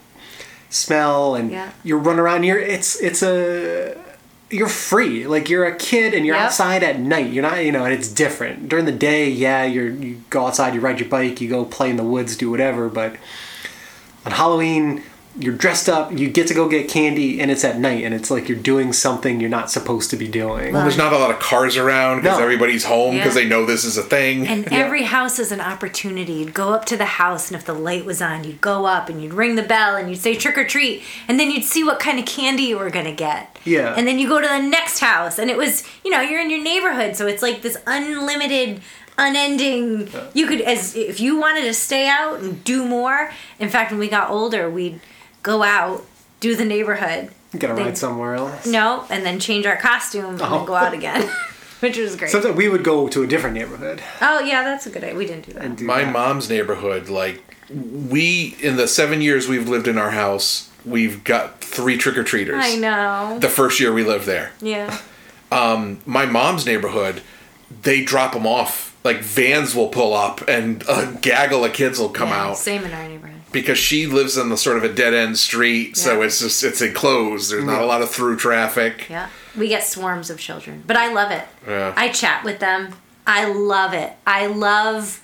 S10: smell and
S9: Yeah.
S10: you run around you're it's it's a you're free like you're a kid and you're
S9: Yep.
S10: outside at night you're not you know and it's different during the day yeah you're you go outside you ride your bike you go play in the woods do whatever but on halloween you're dressed up you get to go get candy and it's at night and it's like you're doing something you're not supposed to be doing
S8: There's not a lot of cars around because
S10: No.
S8: everybody's home because
S9: Yeah.
S8: they know this is a thing.
S9: And every house is an opportunity. You'd go up to the house, and if the light was on, you'd go up and you'd ring the bell and you'd say trick or treat, and then you'd see what kind of candy you were gonna get.
S10: Yeah.
S9: And then you go to the next house, and it was, you know, you're in your neighborhood, so it's like this unlimited, unending. You could, as if you wanted to stay out and do more. In fact, when we got older, we'd go out, do the neighborhood,
S10: gotta
S9: they-
S10: ride somewhere else
S9: no, and then change our costume and
S10: Oh.
S9: then go out again, which was great.
S10: sometimes we would go to a different neighborhood
S9: oh yeah, that's a good idea. We didn't do that.
S10: and do
S8: my
S10: that.
S8: mom's neighborhood like we in the seven years we've lived in our house we've got three trick-or-treaters
S9: I know.
S8: the first year we lived there
S9: Yeah.
S8: my mom's neighborhood they drop them off like vans will pull up and a gaggle of kids will come
S9: Yeah,
S8: out
S9: Same in our neighborhood.
S8: because she lives on the sort of a dead end street so
S9: Yeah.
S8: it's just it's enclosed there's not a lot of through traffic
S9: Yeah. We get swarms of children, but I love it.
S8: Yeah.
S9: I chat with them. I love it. I love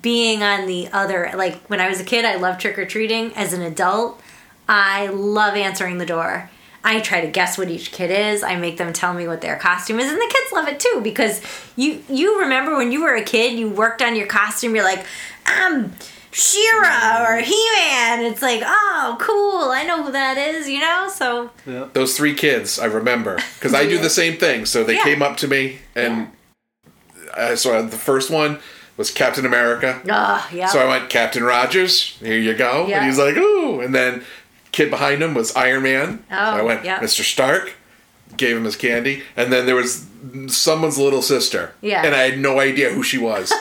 S9: being on the other. Like when I was a kid, I loved trick or treating. As an adult, I love answering the door. I try to guess what each kid is. I make them tell me what their costume is, and the kids love it too because you you remember when you were a kid, you worked on your costume. You're like, I'm Shira or He Man. It's like, oh, cool. I know who that is. You know, so
S8: Those three kids, I remember, because I do the same thing. So they
S9: Yeah.
S8: came up to me, and uh, so the first one was Captain America.
S9: ah, yeah.
S8: So I went Captain Rogers. Here you go.
S9: Yeah.
S8: And he's like, ooh. And then kid behind him was Iron Man. so I
S9: Oh,
S8: went
S9: yeah.
S8: Mr. Stark. Gave him his candy, and then there was someone's little sister.
S9: Yeah.
S8: And I had no idea who she was,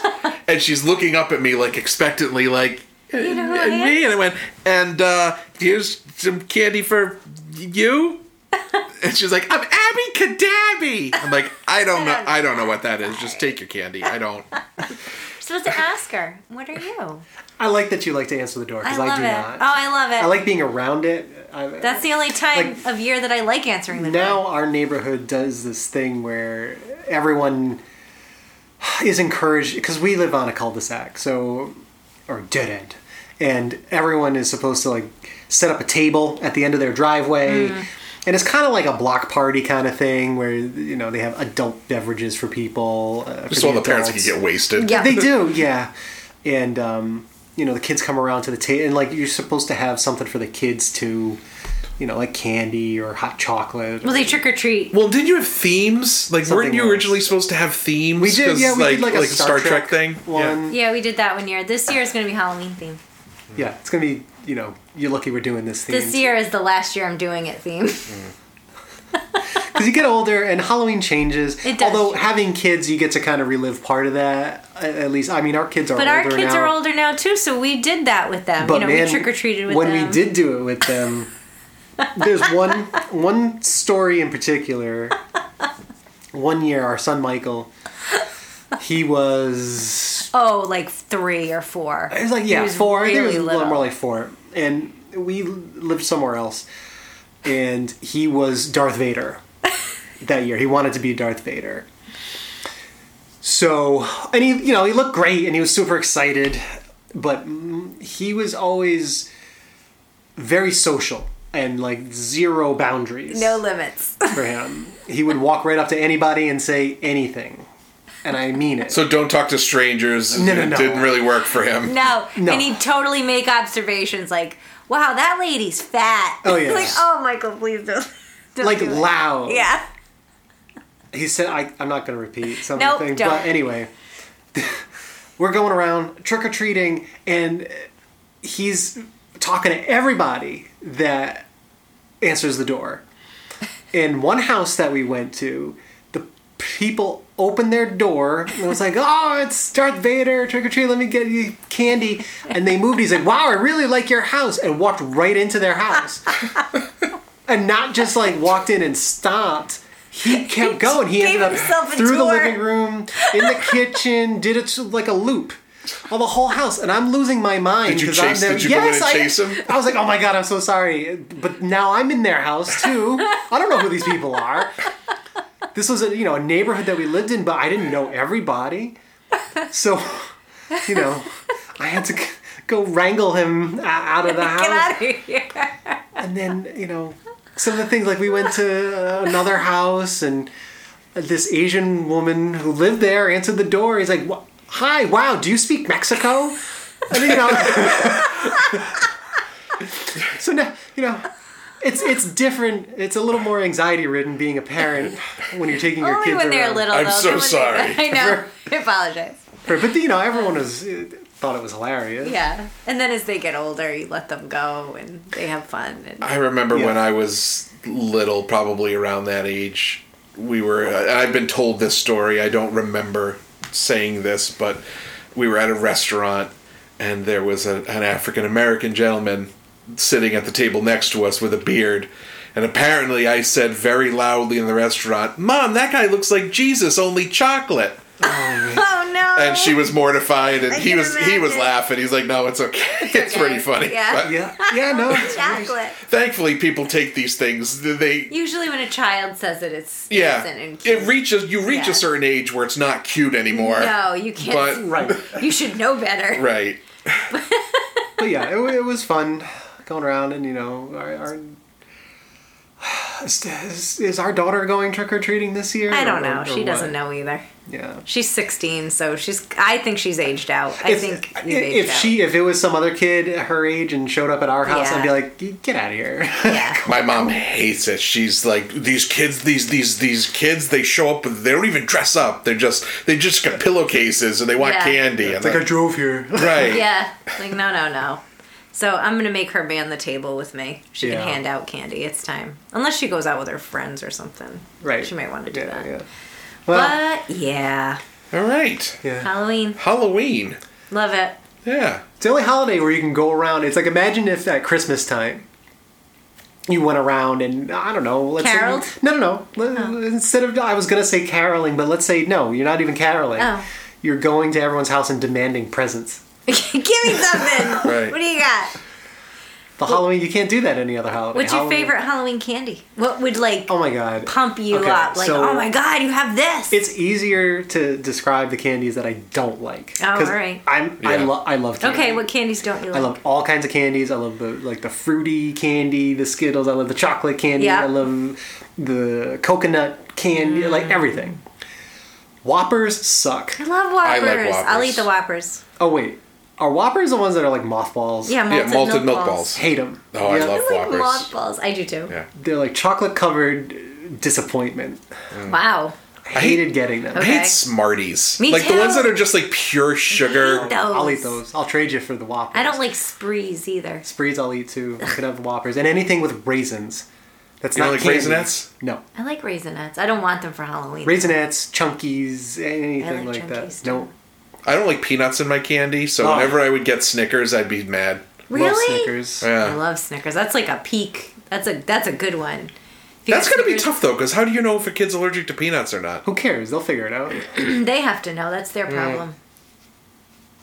S8: and she's looking up at me like expectantly, like and,
S9: know who I
S8: and
S9: am?"
S8: me. And I went, and uh, here's some candy for you. And she's like, "I'm Abby Cadabby." I'm like, "I don't know. I don't know what that is. Just take your candy. I don't."
S9: You're supposed to ask her, what are you?
S10: I like that you like to answer the door
S9: I
S10: because I,
S9: love
S10: do
S9: it.
S10: not.
S9: Oh, I love it.
S10: I like being around it. I,
S9: That's the only time of year that I like answering the door.
S10: now our neighborhood does this thing where everyone is encouraged because we live on a cul-de-sac so or dead end and everyone is supposed to like set up a table at the end of their driveway and it's kind of like a block party kind of thing where you know they have adult beverages for people uh,
S8: Just so
S10: for
S8: the parents can
S10: adults.
S8: get wasted.
S9: Yeah.
S10: They do, yeah. And um, you know, the kids come around to the table, and like you're supposed to have something for the kids to, you know, like candy or hot chocolate.
S9: Well, they trick or treat.
S8: Well, did you have themes? Like,
S10: Something
S8: weren't you
S10: else.
S8: originally supposed to have themes?
S10: we did,
S8: 'Cause,
S10: yeah, we did like a Star, Trek,
S8: Yeah.
S10: one. Yeah.
S9: Yeah, we did that one year. This year is going to be Halloween themed.
S10: it's gonna be you know, you're lucky we're doing this thing
S9: This year is the last year I'm doing it theme.
S10: because you get older and Halloween changes.
S9: It does
S10: Although
S9: change.
S10: having kids, you get to kind of relive part of that. a- At least, I mean, our kids are
S9: But
S10: older
S9: our kids
S10: now.
S9: are older now too, so we did that with them. you know, we trick or treated with
S10: when
S9: them.
S10: we did do it with them, there's one one story in particular. One year, our son Michael, he was
S9: Oh, like three or four.
S10: it was like yeah
S9: was
S10: four. I think
S9: really
S10: it was a little
S9: little.
S10: more like four. And we lived somewhere else, and he was Darth Vader that year. He wanted to be Darth Vader. So, and he, you know, he looked great, and he was super excited, but mm, he was always very social and like zero boundaries
S9: No limits.
S10: for him. He would walk right up to anybody and say anything, and I mean it.
S8: So don't talk to strangers.
S10: No, no,
S8: it
S10: no.
S8: didn't really work for him.
S9: No.
S10: No.
S9: And he'd totally make observations like, wow, that lady's fat.
S10: Oh,
S9: It's like,
S10: yes.
S9: oh, Michael, please don't. don't
S10: like
S9: do it."
S10: loud.
S9: Yeah.
S10: he said I, i'm not going to repeat something
S9: Nope, don't.
S10: but anyway we're going around trick-or-treating and he's talking to everybody that answers the door in one house that we went to the people opened their door and it was like oh it's darth vader trick-or-treat let me get you candy and they moved he's like wow i really like your house and walked right into their house and not just like walked in and stopped. He kept going. He
S9: gave
S10: ended up
S9: himself a
S10: through the
S9: tour.
S10: living room, in the kitchen, did it to- like a loop. Of the whole house, and I'm losing my mind.
S8: Did you
S10: 'cause
S8: chase-
S10: I'm there.
S8: did you go in
S10: yes,
S8: and
S10: I,
S8: chase him?
S10: I was like, "Oh my god, I'm so sorry," but now I'm in their house too. I don't know who these people are. This was a you know a neighborhood that we lived in, but I didn't know everybody, so you know I had to g- go wrangle him o- out of the house.
S9: Get out of here.
S10: And then, you know, some of the things like we went to uh, another house and this Asian woman who lived there answered the door. He's like, "Wha- "Hi, wow, do you speak Mexico?" And you know, so now you know, it's it's different. It's a little more anxiety ridden being a parent when you're taking your
S9: Only
S10: kids
S9: when they're
S10: around.
S9: little,
S8: I'm
S9: though.
S8: so
S9: Then when they-
S8: sorry.
S9: I know. I apologize.
S10: But you know, everyone was uh, thought it was hilarious.
S9: Yeah, and then as they get older, you let them go and they have fun. And
S8: I remember when
S10: Yeah.
S8: I was little, probably around that age. We were. And I've been told this story. I don't remember saying this, but we were at a restaurant, and there was a, an African American gentleman sitting at the table next to us with a beard. And apparently, I said very loudly in the restaurant, "Mom, that guy looks like Jesus, only chocolate."
S9: oh no!
S8: and she was mortified and
S9: I
S8: he
S9: can
S8: was he was
S9: imagine.
S8: laughing he's like no it's okay it's, pretty funny
S9: Yeah.
S8: But
S10: yeah, yeah. No, it's-
S9: chocolate.
S8: thankfully people take these things they
S9: Usually, when a child says it, it's
S8: yeah
S9: innocent and cute.
S8: it reaches you reach
S9: Yeah.
S8: a certain age where it's not cute anymore
S9: No, you can't.
S8: but
S10: right.
S9: You should know better.
S8: right
S10: But yeah, it, wa- it was fun. going around and you know, our, our is, is our daughter going trick or treating this year?
S9: I don't
S10: or-
S9: know.
S10: or
S9: she
S10: what?
S9: doesn't know either.
S10: Yeah.
S9: She's 16, so she's. I think she's aged out. I
S10: if,
S9: think
S10: if,
S9: you've aged out.
S10: she if uh, it was some other kid her age and showed up at our house, I'd be
S9: Yeah.
S10: like, "G- get out of here.
S9: yeah.
S8: My mom hates it. She's like, these kids, these these these kids, they show up, they don't even dress up. They're just they just got pillowcases and they want
S9: Yeah.
S8: candy. And
S10: like I
S8: like,
S10: drove here.
S8: right.
S9: Yeah. Like, no, no, no. So I'm going to make her man the table with me. She
S10: Yeah.
S9: can hand out candy. It's time. Unless she goes out with her friends or something.
S10: Right.
S9: She might want to do
S10: yeah,
S9: that.
S10: yeah. Well,
S9: but yeah.
S8: All right.
S10: yeah.
S9: Halloween.
S8: Halloween.
S9: Love it.
S8: Yeah.
S10: It's the only holiday where you can go around. It's like imagine if at Christmas time you went around and I don't know, let's
S9: Caroled? Oh.
S10: say no, no, no. Let- Instead of I was gonna say caroling, but let's say no, you're not even caroling.
S9: Oh.
S10: You're going to everyone's house and demanding presents.
S9: Give me something.
S8: Right.
S9: What do you got?
S10: The Halloween you can't do that any other holiday.
S9: What's your
S10: Halloween-
S9: favorite Halloween candy? What would like
S10: Oh my god.
S9: pump you
S10: Okay,
S9: up? Like,
S10: so-
S9: oh my god, you have this.
S10: It's easier to describe the candies that I don't like.
S9: Oh,
S10: 'Cause
S9: all right.
S10: I'm I,
S8: Yeah.
S10: lo- I love candy.
S9: okay. What candies don't you
S10: I
S9: like?
S10: love all kinds of candies. I love the like the fruity candy, the Skittles. I love the chocolate candy.
S9: Yeah.
S10: I love the coconut candy.
S9: Mm.
S10: Like everything. Whoppers suck.
S9: I love
S8: I like
S9: whoppers. I'll
S8: Whoppers.
S9: eat the whoppers.
S10: Oh wait, are Whoppers the ones that are like mothballs?
S9: Yeah,
S8: Yeah.
S9: malted,
S8: Malted milk, balls.
S10: Hate them.
S8: Oh, I love
S9: I like
S8: Whoppers.
S9: malt balls. I do too.
S8: Yeah.
S10: They're like chocolate covered disappointment.
S9: Wow.
S10: I hated getting them.
S8: I
S9: Okay.
S8: hate Smarties.
S9: Me
S8: like
S9: too.
S8: the ones that are just like pure
S9: Eat
S8: sugar.
S9: those.
S10: I'll eat those. I'll trade you for the Whoppers.
S9: I don't like sprees either.
S10: Sprees I'll eat too. I could have Whoppers and anything with raisins. That's
S8: You
S10: not
S8: don't like
S10: candy.
S8: Raisinets?
S10: No,
S9: I like raisinets. I don't want them for Halloween.
S10: raisinets, chunkies, anything
S9: like
S10: like, that.
S9: Chunkies,
S10: No,
S9: too.
S8: I don't like peanuts in my candy, so
S10: Oh.
S8: whenever I would get Snickers, I'd be mad.
S9: really?
S10: love Snickers.
S9: I
S8: Yeah.
S9: love Snickers. That's like a peak. That's a that's a good one. If you
S8: That's
S9: get
S8: gonna be
S9: Snickers-
S8: tough though, because how do you know if a kid's allergic to peanuts or not?
S10: Who cares? They'll figure it out.
S9: They have to know. That's
S10: Mm.
S9: their problem.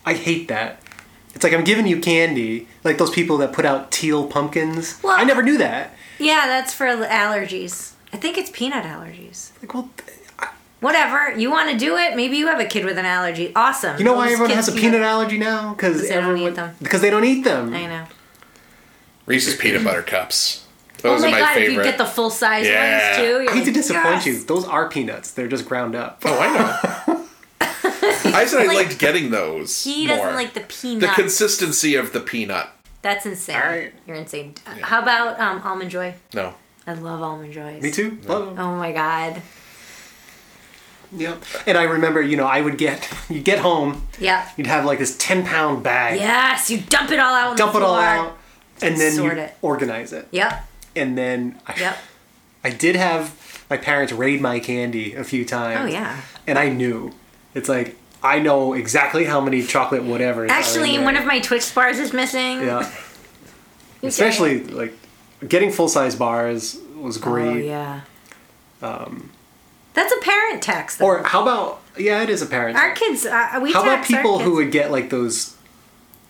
S10: I hate that. It's like I'm giving you candy, like those people that put out teal pumpkins.
S9: Well-
S10: I never knew that.
S9: Yeah, that's for allergies. I think it's peanut allergies.
S10: Like, well, th-
S9: Whatever you want to do it. Maybe you have a kid with an allergy. Awesome.
S10: you know why
S9: Those
S10: everyone
S9: kids
S10: has a
S9: can
S10: peanut
S9: have-
S10: allergy now? Because
S9: Because they don't
S10: everyone
S9: eat them.
S10: because they don't eat them.
S9: I know.
S8: Reese's peanut butter cups.
S9: Oh
S8: Those
S9: my,
S8: are my
S9: god! If you
S8: favorite.
S9: get the full size
S8: Yeah.
S9: ones too. you're
S10: I hate to
S9: like,
S10: disappoint
S9: yes.
S10: you. Those are peanuts. They're just ground up.
S8: oh, I know. I said I
S9: Like-
S8: liked getting those.
S9: He doesn't
S8: more.
S9: like the peanut.
S8: the consistency of the peanut.
S9: That's insane.
S10: All right.
S9: You're insane. How about um, almond joy?
S8: No.
S9: I love almond joys.
S10: Me too. Love 'em.
S9: Oh my god.
S10: Yep. And I remember, you know, I would get you get home,
S9: Yeah.
S10: you'd have like this ten pound bag.
S9: Yes, you dump it all out. On
S10: dump
S9: the
S10: it all
S9: floor.
S10: out, and then
S9: Sort
S10: you
S9: it.
S10: organize it.
S9: Yep.
S10: And then I,
S9: Yep.
S10: I did have my parents raid my candy a few
S9: Oh
S10: times.
S9: yeah.
S10: And I knew. It's like I know exactly how many chocolate whatever.
S9: Actually, one of my Twix bars is missing.
S10: yeah. Especially like getting full size bars was great.
S9: Oh yeah. Um. That's a parent tax. Though.
S10: Um, Or how about yeah, it is a parent.
S9: our kids. Uh, we
S10: how about
S9: tax our
S10: people who
S9: kids.
S10: would get like those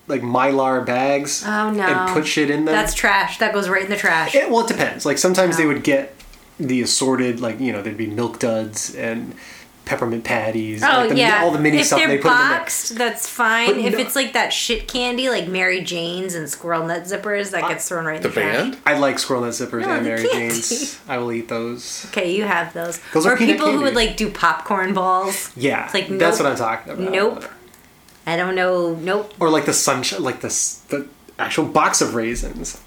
S10: like mylar bags
S9: Oh no.
S10: and put shit in them?
S9: That's trash. That goes right in the trash.
S10: It, well, it depends. Like sometimes they
S9: Yeah.
S10: would get the assorted, like you know, there'd be milk duds and peppermint patties.
S9: Oh
S10: like the,
S9: yeah,
S10: all the mini
S9: if
S10: stuff
S9: they're
S10: they put
S9: boxed, that's fine.
S10: But
S9: if
S10: no-
S9: it's like that shit candy, like Mary Jane's and squirrel nut zippers, that gets thrown right in
S8: The
S9: the, trash.
S8: band?
S10: in there. I like squirrel nut zippers
S9: No,
S10: and
S9: the
S10: Mary
S9: candy.
S10: Jane's. I will eat those.
S9: Okay, you have those.
S10: Those are
S9: or
S10: peanut
S9: people who would
S10: candy.
S9: like do popcorn balls.
S10: Yeah,
S9: It's like,
S10: that's
S9: nope.
S10: what I'm talking about.
S9: Nope. I don't know. Nope.
S10: Or like the sunshine, like the s- the actual box of raisins.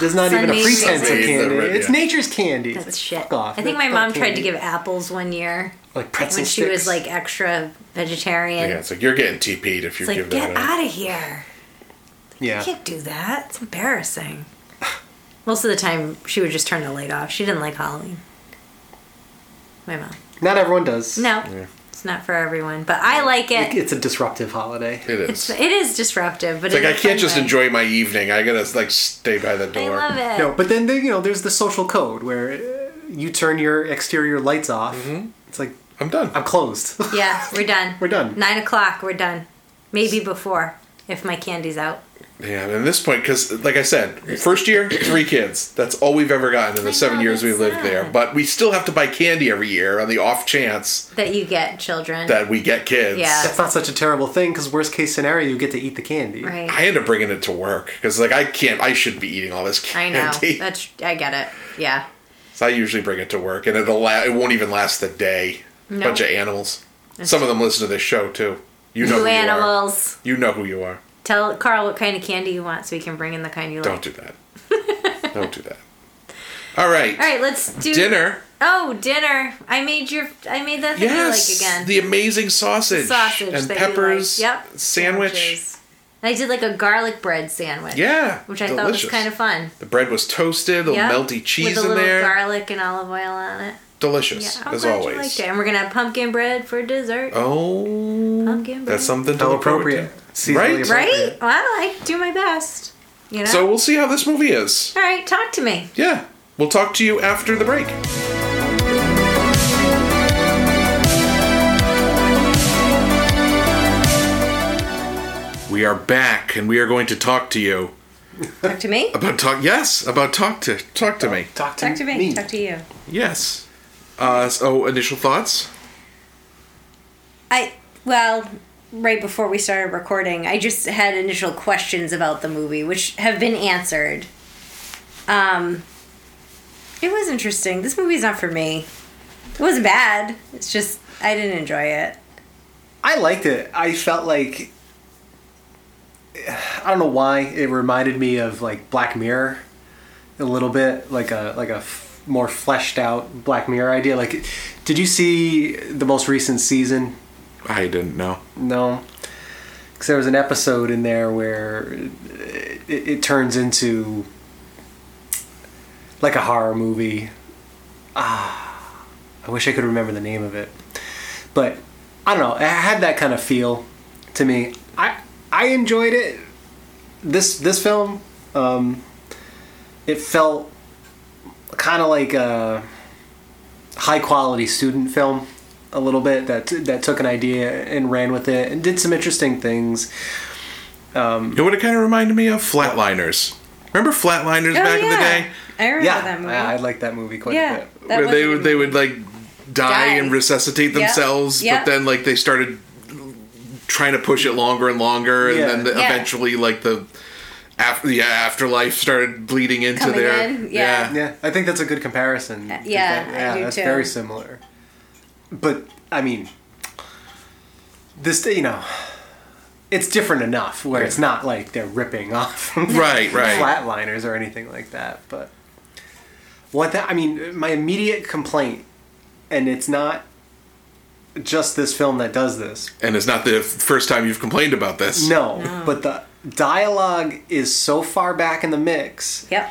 S10: There's not even a
S9: Sun-raisins.
S10: pretense of
S8: Sun-raisins,
S10: candy.
S8: right,
S10: It's
S8: yeah.
S10: nature's candy.
S9: That's
S10: It's like,
S9: shit.
S10: Fuck off.
S9: I think my
S10: That's
S9: mom
S10: not
S9: tried to
S10: candy.
S9: give apples one year
S10: like pretzel
S9: when she was
S10: sticks.
S9: like extra vegetarian.
S8: Yeah, it's like you're getting TP'd if you
S9: it's like
S8: give
S9: get
S8: that. up.
S9: out of here.
S10: yeah.
S9: You can't do that. It's embarrassing. Most of the time, she would just turn the light off. She didn't like Halloween. My mom.
S10: Not everyone does.
S9: No, it's not for everyone, but I like it.
S10: It's a disruptive holiday.
S8: It is.
S9: It's, it is disruptive, but
S8: It's like
S9: in
S8: I
S9: a
S8: can't
S9: fun
S8: just
S9: way.
S8: enjoy my evening. I gotta like stay by the
S9: I
S8: door.
S9: love it.
S10: No, but then there, you know, there's the social code where uh, you turn your exterior lights off. It's like
S8: I'm done.
S10: I'm closed.
S9: Yeah, we're done.
S10: We're done.
S9: Nine o'clock. We're done. Maybe before if my candy's out.
S8: Yeah, and at this point, because like I said, first year three kids. That's all we've ever gotten in the
S9: I
S8: seven
S9: know,
S8: years we
S9: that's
S8: lived
S9: sad.
S8: there. But we still have to buy candy every year on the off chance
S9: that you get children.
S8: that we get kids.
S9: Yeah.
S10: That's not such a terrible thing because worst case scenario, you get to eat the candy.
S9: right.
S8: I end up bringing it to work because like I can't. I should be eating all this
S9: I
S8: candy.
S9: know. That's I get it. Yeah.
S8: So I usually bring it to work, and it'll la- it won't even last the day.
S9: No.
S8: Bunch of animals. Some of them listen to this show too. You know
S9: Two
S8: who you are.
S9: animals.
S8: You know who you are.
S9: Tell Carl what kind of candy you want so we can bring in the kind you
S8: Don't
S9: like.
S8: do that. Don't do that. All right.
S9: All right, let's do
S8: Dinner.
S9: Oh, dinner! I made your I made that thing
S8: Yes.
S9: you like again.
S8: The amazing sausage.
S9: sausage
S8: and
S9: that you
S8: peppers.
S9: like. Yep.
S8: Sandwich.
S9: Sandwiches. And I did like a garlic bread sandwich.
S8: Yeah.
S9: Which I thought
S8: delicious.
S9: was kind of fun.
S8: The bread was toasted, a little
S9: Yep.
S8: melty cheese
S9: With a
S8: in
S9: little
S8: there.
S9: garlic and olive oil on it. Yeah,
S8: delicious,
S9: I'm
S8: as
S9: glad
S8: always.
S9: you liked it. And we're gonna have pumpkin bread for dessert.
S8: Oh.
S9: Pumpkin bread.
S8: That's something to
S10: How
S8: look forward
S10: appropriate.
S8: to. Right?
S10: Seasonally
S9: Right? Well, I do my best. You know.
S8: So we'll see how this movie is.
S9: all right, talk to me.
S8: Yeah. We'll talk to you after the break. We are back and we are going to talk to you
S9: Talk to me.
S8: about talk yes, about talk to talk to me.
S10: Talk to,
S9: Talk to me. Talk to you.
S8: Yes. Uh so initial thoughts?
S9: I well, right before we started recording, I just had initial questions about the movie, which have been answered. Um, it was interesting. This movie's not for me. It wasn't bad. It's just I didn't enjoy it.
S10: I liked it. I felt like I don't know why it reminded me of like Black Mirror a little bit, like a like a f- more fleshed out Black Mirror idea. Like, did you see the most recent season?
S8: I didn't know.
S10: No, because there was an episode in there where it, it, it turns into like a horror movie. Ah, I wish I could remember the name of it, but I don't know. It had that kind of feel to me. I I enjoyed it. This this film, um, it felt kind of like uh, a high quality student film a little bit that that took an idea and ran with it and did some interesting things.
S8: You know what it kind of reminded me of? Flatliners. Remember Flatliners
S9: Oh,
S8: back in the day?
S9: I remember
S10: Yeah,
S9: that movie.
S10: I, I like that movie quite
S9: yeah,
S10: a
S9: that
S10: bit.
S8: where
S9: was
S8: they
S9: a good
S8: would they would like die,
S9: Die.
S8: and resuscitate themselves,
S9: Yep.
S8: but then like they started trying to push it longer and longer, and
S10: Yeah.
S8: then the,
S9: Yeah.
S8: eventually like the after yeah afterlife started bleeding into
S9: Coming
S8: their
S9: in, yeah.
S10: Yeah, I think that's a good comparison.
S9: Uh, yeah, I do
S10: that's
S9: too.
S10: very similar. But I mean, this you know, it's different enough where it's not like they're ripping off
S8: Right, right.
S10: flatliners or anything like that. But what that I mean, my immediate complaint, and it's not just this film that does this,
S8: And it's not the f- first time you've complained about this.
S10: No, but the dialogue is so far back in the mix
S9: Yep.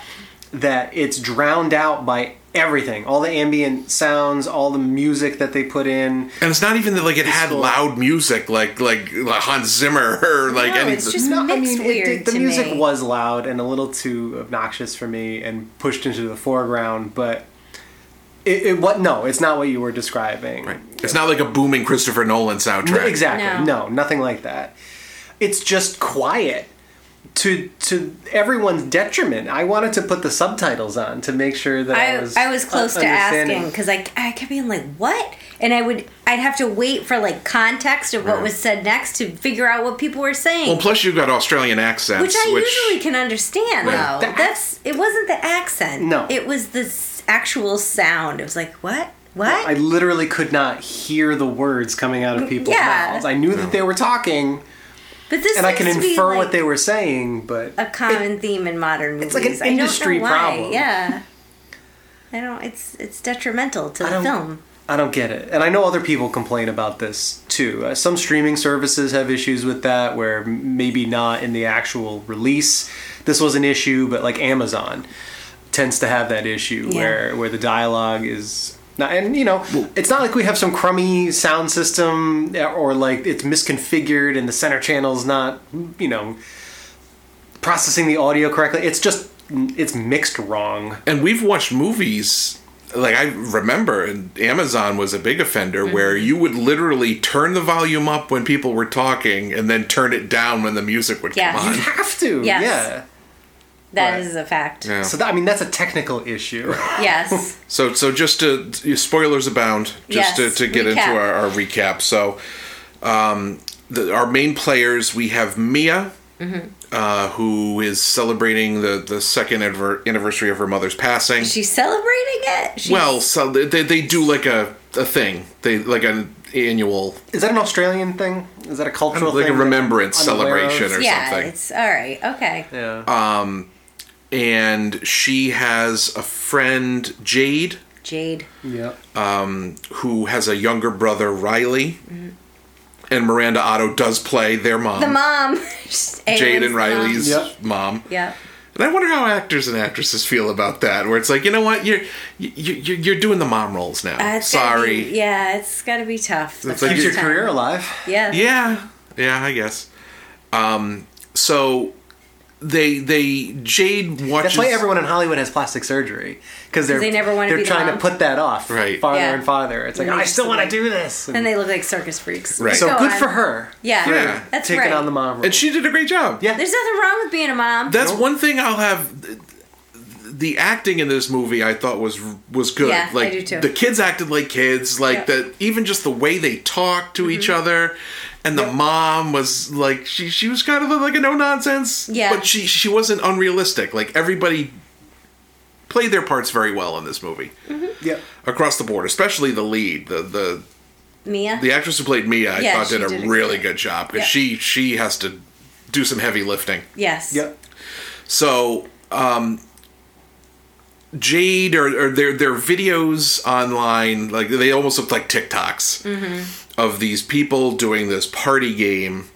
S10: that it's drowned out by everything. All the ambient sounds, all the music that they put in.
S8: And it's not even that like it had
S10: cool.
S8: loud music like like Hans Zimmer or like
S9: No,
S8: any
S9: it's just
S10: No,
S9: mixed
S10: it
S9: weird
S10: did- the
S9: to
S10: music
S9: me.
S10: was loud and a little too obnoxious for me and pushed into the foreground, but it, it what no, it's not what you were describing.
S8: Right. It's not like a booming Christopher Nolan soundtrack.
S10: No, exactly.
S9: No.
S10: No. nothing like that. It's just quiet to to everyone's detriment. I wanted to put the subtitles on to make sure that I,
S9: I,
S10: was
S9: I was close to asking
S10: understanding.
S9: because I, I kept being like, what? And I would, I'd have to wait for like context of what was said next to figure out what people were saying.
S8: Well, plus you've got Australian accents,
S9: which I usually can understand
S8: Right.
S9: though.
S10: The ac-
S9: That's, it wasn't the accent.
S10: No.
S9: It was the s- actual sound. It was like, what? What?
S10: I literally could not hear the words coming out of people's
S9: Yeah.
S10: mouths. I knew that they were talking,
S9: but this
S10: and I can
S9: seems to be,
S10: infer
S9: like,
S10: what they were saying, but
S9: A common theme in modern movies.
S10: it's like an
S9: I don't know
S10: industry
S9: why.
S10: problem.
S9: Yeah. I don't. It's it's detrimental to
S10: I
S9: the
S10: don't-
S9: film.
S10: I don't get it. And I know other people complain about this too. Uh, some streaming services have issues with that, where m- maybe not in the actual release. This was an issue, but like Amazon tends to have that issue
S9: Yeah.
S10: where where the dialogue is. Not, and you know, it's not like we have some crummy sound system uh, or like it's misconfigured and the center channel's not, you know, processing the audio correctly. It's just it's mixed wrong.
S8: and we've watched movies like I remember, and Amazon was a big offender
S9: Mm-hmm.
S8: where you would literally turn the volume up when people were talking, and then turn it down when the music would
S9: Yeah.
S8: come on.
S10: You have to.
S9: Yes.
S10: Yeah.
S9: That
S10: Right.
S9: is a fact.
S8: Yeah.
S10: So that, I mean, that's a technical issue.
S9: Yes.
S8: So, so just to spoilers abound. Just
S9: Yes,
S8: to, to get
S9: recap.
S8: into our, our recap. So, um, the, our main players we have Mia,
S9: Mm-hmm.
S8: uh, who is celebrating the the second adver- anniversary of her mother's passing.
S9: She's celebrating it. She's,
S8: well, so they they do like a a thing. They like an annual
S10: Is that an Australian thing? Is that a cultural
S8: like a
S10: thing? that I'm
S8: remembrance
S10: unaware of?
S8: celebration or Uh,
S9: yeah,
S8: something.
S9: it's all right. Okay.
S10: Yeah.
S8: and she has a friend Jade
S9: Jade.
S10: yeah.
S8: uh, who has a younger brother Riley, and Miranda Otto does play their mom,
S9: Mm-hmm. The mom.
S8: Jade
S9: Aylin's
S8: and
S9: mom.
S8: Riley's
S10: Yep.
S8: mom.
S9: Yep.
S8: And I wonder how actors and actresses feel about that, where it's like, you know what, you're you, you, you're doing the mom roles now.
S9: Uh, it's gotta
S8: Sorry,
S9: be- yeah, it's got to be tough.
S8: It's
S9: The
S8: like
S10: Keeps your
S9: first time.
S10: career alive.
S9: Yeah.
S8: Yeah, yeah, I guess. Um, so they they Jade watches.
S10: That's why everyone in Hollywood has plastic surgery because they're
S9: 'Cause they never wanna
S10: they're
S9: be the
S10: trying
S9: mom.
S10: to put that off
S8: Right.
S10: farther
S9: Yeah.
S10: and farther. It's like
S9: And they
S10: I
S9: just
S10: still want to
S9: like-
S10: do this.
S9: And they look like circus freaks.
S8: Right.
S10: so
S9: Go
S10: good
S9: on.
S10: for her.
S9: Yeah.
S8: Yeah.
S9: That's
S10: taking
S9: right.
S10: on the mom. Role.
S8: and she did a great job.
S10: Yeah.
S9: There's nothing wrong with being a mom.
S8: That's one thing I'll have. The acting in this movie I thought was was good.
S9: Yeah, I
S8: like
S9: do too.
S8: the kids acted like kids. Like
S9: Yep.
S8: the even just the way they talked to each
S9: Mm-hmm.
S8: other, and the mom was like she she was kind of like a no nonsense.
S9: Yeah.
S8: but she she wasn't unrealistic. Like everybody played their parts very well in this movie
S10: yeah.
S8: across the board, especially the lead the the
S9: Mia.
S8: the actress who played Mia. I
S9: Yeah,
S8: thought did
S9: she
S8: a
S9: did a
S8: really
S9: good-
S8: good job because
S9: Yeah.
S8: she she has to do some heavy lifting.
S9: Yes.
S10: Yep.
S8: So, um, Jade or, or their their videos online, like they almost look like TikToks of these people doing this party game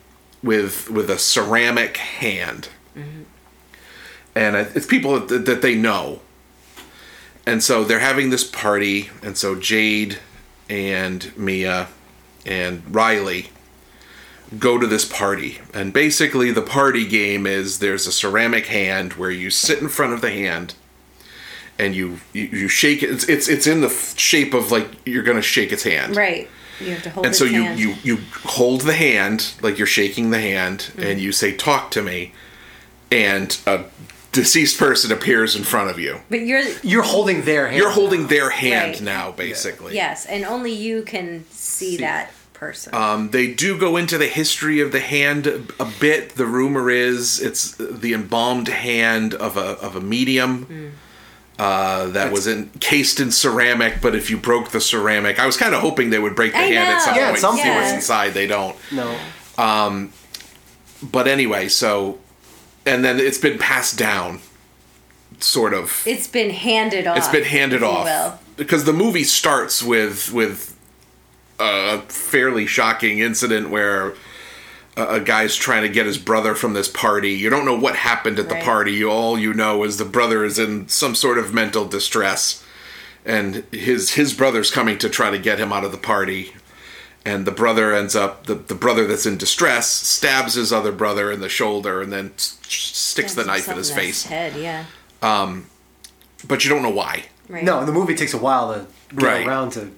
S8: with with a ceramic hand, and it- it's people that, that they know, and so they're having this party, and so Jade and Mia and Riley go to this party. And basically, the party game is there's a ceramic hand where you sit in front of the hand and you you, you shake it. It's, it's it's in the f- shape of like you're gonna shake its hand.
S9: Right. You have to hold
S8: And so
S9: its
S8: you,
S9: hand.
S8: you you hold the hand like you're shaking the hand,
S9: Mm-hmm.
S8: and you say "talk to me," and a deceased person appears in front of you.
S9: But you're.
S10: You're holding their hand.
S8: You're holding their hand
S9: Right.
S8: now, basically.
S9: Yes, and only you can see, that person.
S8: Um, they do go into the history of the hand a a bit. The rumor is it's the embalmed hand of a of a medium
S9: Mm.
S8: uh, that was encased in ceramic. But if you broke the ceramic, I was kind of hoping they would break the
S9: I
S8: hand at
S9: know.
S8: some
S9: Yeah,
S8: point.
S10: at some
S8: See what's
S9: point.
S8: inside. They don't.
S10: No.
S8: But anyway, so and then it's been passed down, sort of.
S9: it's been handed off.
S8: It's been
S9: Uh, if
S8: handed
S9: you
S8: off
S9: will.
S8: because the movie starts with with a fairly shocking incident where a, a guy's trying to get his brother from this party. You don't know what happened at
S9: Right.
S8: the party. You, all you know is the brother is in some sort of mental distress, and his his brother's coming to try to get him out of the party. And the brother ends up the, the brother that's in distress stabs his other brother in the shoulder and then s- sticks the
S9: Something
S8: knife in his
S9: on his
S8: face.
S9: Head, yeah.
S8: But you don't know why.
S9: Right.
S10: No. The movie takes a while to get
S8: Right.
S10: around to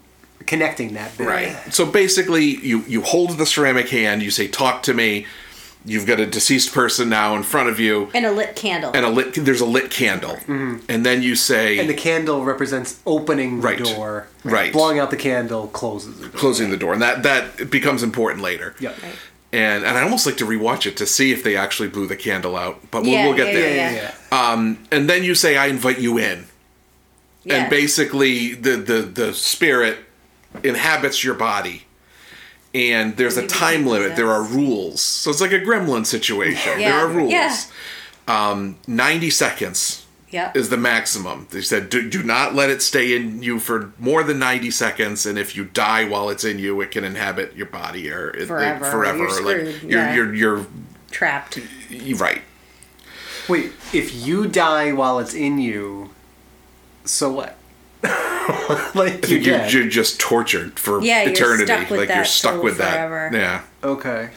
S10: connecting that bit.
S8: Right. So basically, you you hold the ceramic hand. You say, "Talk to me." You've got a deceased person now in front of you,
S9: And a lit candle.
S8: and a lit. There's a lit candle, and then you say,
S10: And the candle represents opening the
S8: Right.
S10: door.
S8: Right.
S10: Blowing out the candle closes the door.
S8: "Closing the door," and that that becomes important later.
S10: Yep.
S8: And and I almost like to rewatch it to see if they actually blew the candle out, but we'll,
S9: yeah,
S8: we'll get
S9: yeah,
S8: there.
S9: Yeah.
S10: Yeah.
S9: yeah.
S10: yeah.
S8: And then you say, "I invite you in,"
S9: Yeah.
S8: and basically the the the spirit inhabits your body. And there's a
S9: You
S8: time
S9: can
S8: limit.
S9: do
S8: There
S9: that.
S8: are rules, so it's like a gremlin situation.
S9: Yeah.
S8: There are rules.
S9: Yeah.
S8: 90 seconds
S9: Yep.
S8: is the maximum. They said do, do not let it stay in you for more than 90 seconds and if you die while it's in you it can inhabit your body or it- it-
S9: Forever.
S8: forever
S9: You're
S8: or,
S9: screwed.
S8: like you're,
S9: Yeah.
S8: you're, you're
S9: Trapped.
S8: you're right.
S10: Wait. If you die while it's in you, so what? like
S8: You're,
S10: you're dead.
S8: you're just tortured for
S9: Yeah, you're
S8: eternity.
S9: stuck with
S8: like
S9: that
S8: you're stuck
S9: soul
S8: with that.
S9: forever.
S8: Yeah.
S10: Okay.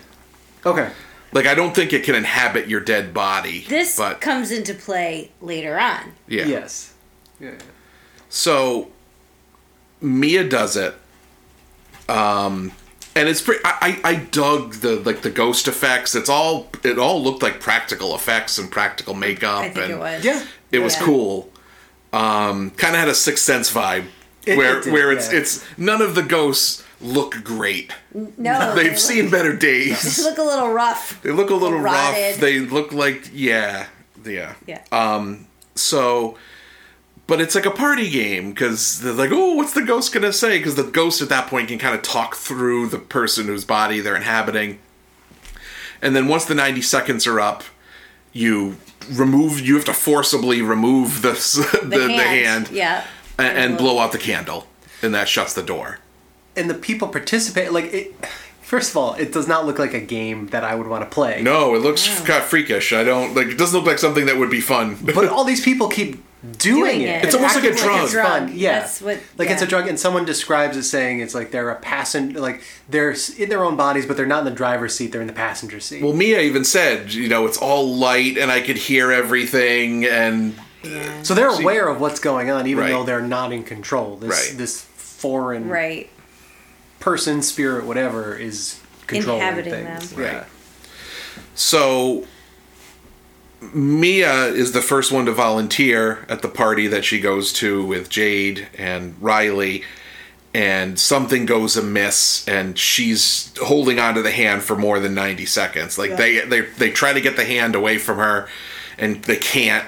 S10: Okay.
S8: Like I don't think it can inhabit your dead body.
S9: This
S8: but
S9: comes into play later on.
S8: yeah.
S10: Yes. Yeah.
S8: So Mia does it. Um, and it's pretty. I, I I dug the like the ghost effects. It's all it all looked like practical effects and practical makeup.
S9: I think
S8: and
S9: it was.
S10: Yeah.
S8: it was
S9: Yeah.
S8: cool. Um, kind of had a sixth sense vibe
S10: It-
S8: where
S10: it did,
S8: where it's
S10: yeah.
S8: it's none of the ghosts look great.
S9: No, they
S8: They've
S9: look-
S8: seen better
S9: they
S8: days.
S9: look a little rough.
S8: They look a little rough.
S9: Rotted.
S8: They look like yeah, yeah.
S9: Yeah.
S8: Uh, So, but it's like a party game because they're like, oh, what's the ghost gonna say? Because the ghost at that point can kind of talk through the person whose body they're inhabiting. And then once the ninety seconds are up, you remove. You have to forcibly remove the s- the, the, hand,
S9: Yeah.
S8: a- and, blow out the candle, and that shuts the door.
S10: and the people participate like it first of all it does not look like a game that i would want to play
S8: No, it looks kind of freakish. I don't like. It doesn't look like something that would be fun.
S10: but all these people keep doing,
S9: Doing
S10: it
S9: it.
S10: and
S8: It's almost like a
S10: acting
S8: drug.
S10: it's fun.
S9: Drug.
S10: yeah
S9: That's what-
S10: like it's a
S9: yeah.
S10: drug and someone describes it saying it's like they're a passenger like they're s- in their own bodies but they're not in the driver's seat they're in the passenger seat
S8: Well, Mia even said, you know, it's all light and I could hear everything and
S10: so they're aware of what's going on even
S8: Right.
S10: though they're not in control this
S8: Right.
S10: this foreign
S9: Right.
S10: person spirit whatever is controlling
S9: Inhabiting
S10: things
S9: them.
S10: Yeah.
S8: Right. So Mia is the first one to volunteer at the party that she goes to with Jade and Riley and something goes amiss and she's holding onto the hand for more than 90 seconds. Like they they they try to get the hand away from her and they can't.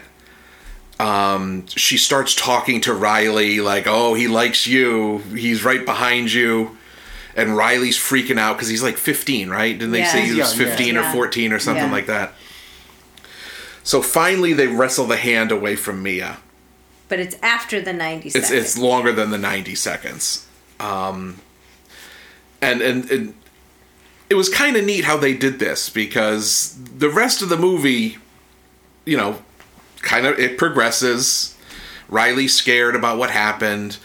S8: Um she starts talking to Riley like, "Oh, he likes you. He's right behind you." And Riley's freaking out because he's like 15, right? Didn't they
S9: Yeah.
S8: say he
S10: He's
S8: was
S10: young, yeah.
S8: 15 or
S9: Yeah.
S8: 14 or something
S9: Yeah.
S8: like that? So finally, they wrestle the hand away from Mia.
S9: But it's after the 90
S8: It's
S9: seconds.
S8: it's longer than the ninety seconds, um, and and, and it was kind of neat how they did this because the rest of the movie, you know, kind of it progresses. Riley's scared about what happened.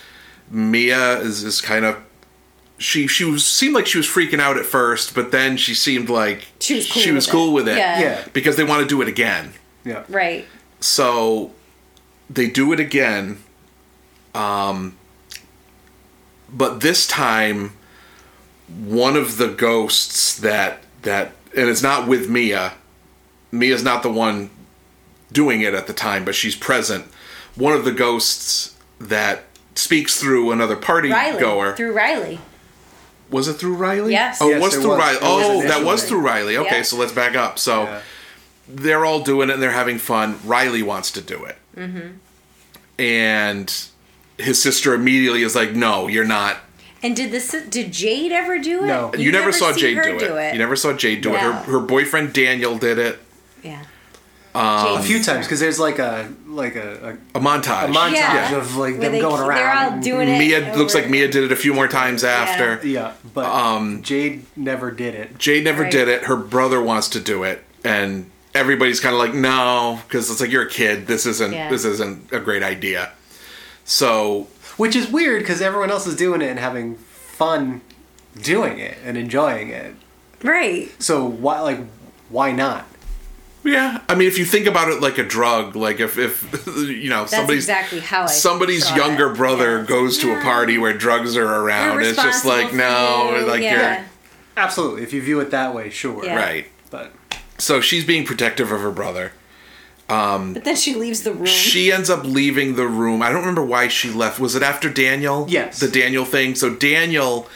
S8: Mia is is kind of she she was seemed like she was freaking out at first, but then she seemed like
S9: She was cool
S8: she
S9: with
S8: was
S9: it.
S8: cool with it.
S9: Yeah.
S10: Yeah.
S8: because they want to do it again.
S10: yeah
S9: right.
S8: So they do it again. Um, but this time, one of the ghosts that that and it's not with Mia. Mia's not the one doing it at the time, but she's present. One of the ghosts that speaks through another party
S9: Riley.
S8: goer
S9: Through Riley.
S8: was it through Riley?
S9: Yes.
S8: Oh,
S10: Yes,
S8: it was
S10: it
S8: through
S10: was.
S8: Riley.
S10: It was
S8: Oh, that was
S10: initially.
S8: through Riley. Okay,
S9: Yeah.
S8: so let's back up. So
S10: Yeah.
S8: they're all doing it and they're having fun. Riley wants to do it. Mm-hmm. And his sister immediately is like, "No, you're not.
S9: And did this did Jade ever do it?
S10: No.
S8: You, never, saw
S9: see
S8: Jade
S9: her
S8: do it. You never saw Jade do it.
S9: No.
S8: Her, her boyfriend Daniel did it.
S9: Yeah.
S10: a few times because there's like a like a,
S8: A montage.
S10: a, a montage
S9: Yeah.
S10: of like
S9: Where
S10: them going
S9: keep-
S10: around
S9: They're all
S10: and-
S9: doing it.
S8: Mia looks
S9: over-
S8: like Mia did it a few more times after.
S10: Yeah, but
S8: Um,
S10: Jade never did it.
S8: Jade never
S9: Right.
S8: did it. Her brother wants to do it, and everybody's kind of like, "No," because it's like you're a kid. This isn't
S9: Yeah.
S8: this isn't a great idea. So
S10: Which is weird because everyone else is doing it and having fun doing it and enjoying it.
S9: Right.
S10: So why like why not?
S8: yeah, I mean, if you think about it like a drug, like if if you know
S9: That's
S8: somebody's
S9: exactly how I
S8: somebody's
S9: saw
S8: younger
S9: it.
S8: brother
S9: Yeah.
S8: goes to a party where drugs are
S9: We're
S8: around, it's just
S9: responsible
S8: like
S9: for
S8: no,
S9: you.
S8: like
S9: yeah.
S10: Absolutely, if you view it that way, sure.
S9: Yeah.
S8: you're right.
S10: But
S8: So she's being protective of her brother.
S9: But then she leaves the room.
S8: She ends up leaving the room. I don't remember why she left. Was it after Daniel?
S10: Yes.
S8: The Daniel thing. So Daniel,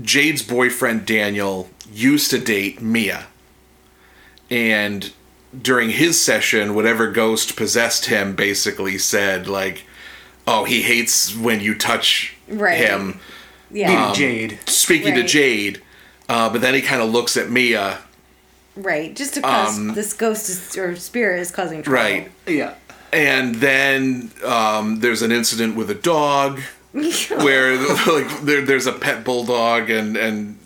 S8: Jade's boyfriend Daniel, used to date Mia. And during his session, whatever ghost possessed him basically said, like, oh, he hates when you touch
S9: Right.
S8: him.
S9: yeah.
S8: Um,
S10: Jade,
S8: Speaking to
S9: Right.
S8: Jade. Uh, but then he kind of looks at Mia.
S9: right. Just to cause this ghost is, or spirit is causing trouble.
S8: um, Right.
S10: yeah,
S8: and then um, there's an incident with a dog where like there, there's a pet bulldog and and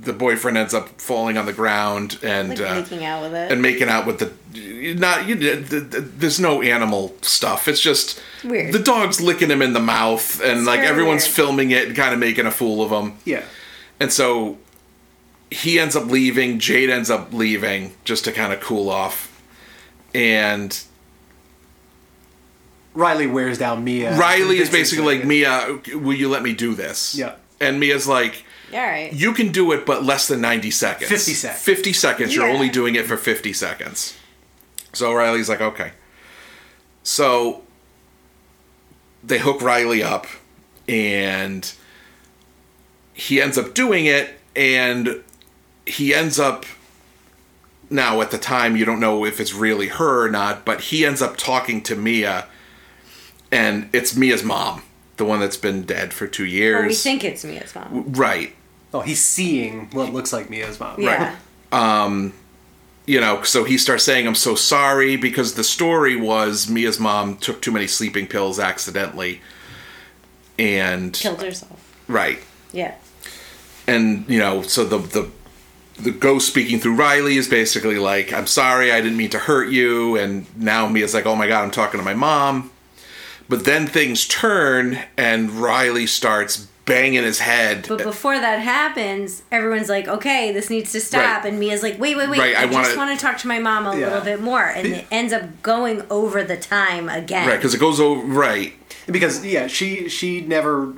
S8: the boyfriend ends up falling on the ground and
S9: Like
S8: uh,
S9: making out with it.
S8: and making out with the not you, th- th- there's no animal stuff it's just
S9: Weird.
S8: the dog's licking him in the mouth and like
S9: very
S8: everyone's
S9: weird.
S8: filming it and kind of making a fool of him
S10: yeah.
S8: and so he ends up leaving, Jade ends up leaving just to kind of cool off. And
S10: Riley wears down Mia.
S8: Riley is
S10: Convinces
S8: basically
S10: her.
S8: like, Mia, will you let me do this?
S10: Yeah.
S8: And Mia's like,
S9: All right.
S8: you can do it, but less than 90 seconds.
S10: 50 seconds.
S8: 50 seconds. You're
S9: Yeah.
S8: only doing it for 50 seconds. So Riley's like, okay. So they hook Riley up, and he ends up doing it, and he ends up. Now, at the time, you don't know if it's really her or not, but he ends up talking to Mia, and it's Mia's mom, the one that's been dead for two years.
S9: Well, Oh, we think it's Mia's mom.
S8: right.
S10: Oh, he's seeing what looks like Mia's mom.
S9: Yeah.
S8: you know, so he starts saying, I'm so sorry, because the story was Mia's mom took too many sleeping pills accidentally. And,
S9: Killed herself.
S8: right.
S9: Yeah.
S8: And, you know, so the, the, the ghost speaking through Riley is basically like, I'm sorry, I didn't mean to hurt you. And now Mia's like, oh my God, I'm talking to my mom. But then things turn and Riley starts banging his head.
S9: But before that happens, everyone's like, "Okay, this needs to stop."
S8: Right.
S9: And Mia's like, "Wait, wait, wait!
S8: Right,
S9: I,
S8: I
S9: just
S8: wanna-
S9: want to talk to my mom a
S10: Yeah.
S9: little bit more." And it ends up going over the time again.
S8: right, because it goes over, right.
S10: because yeah she she never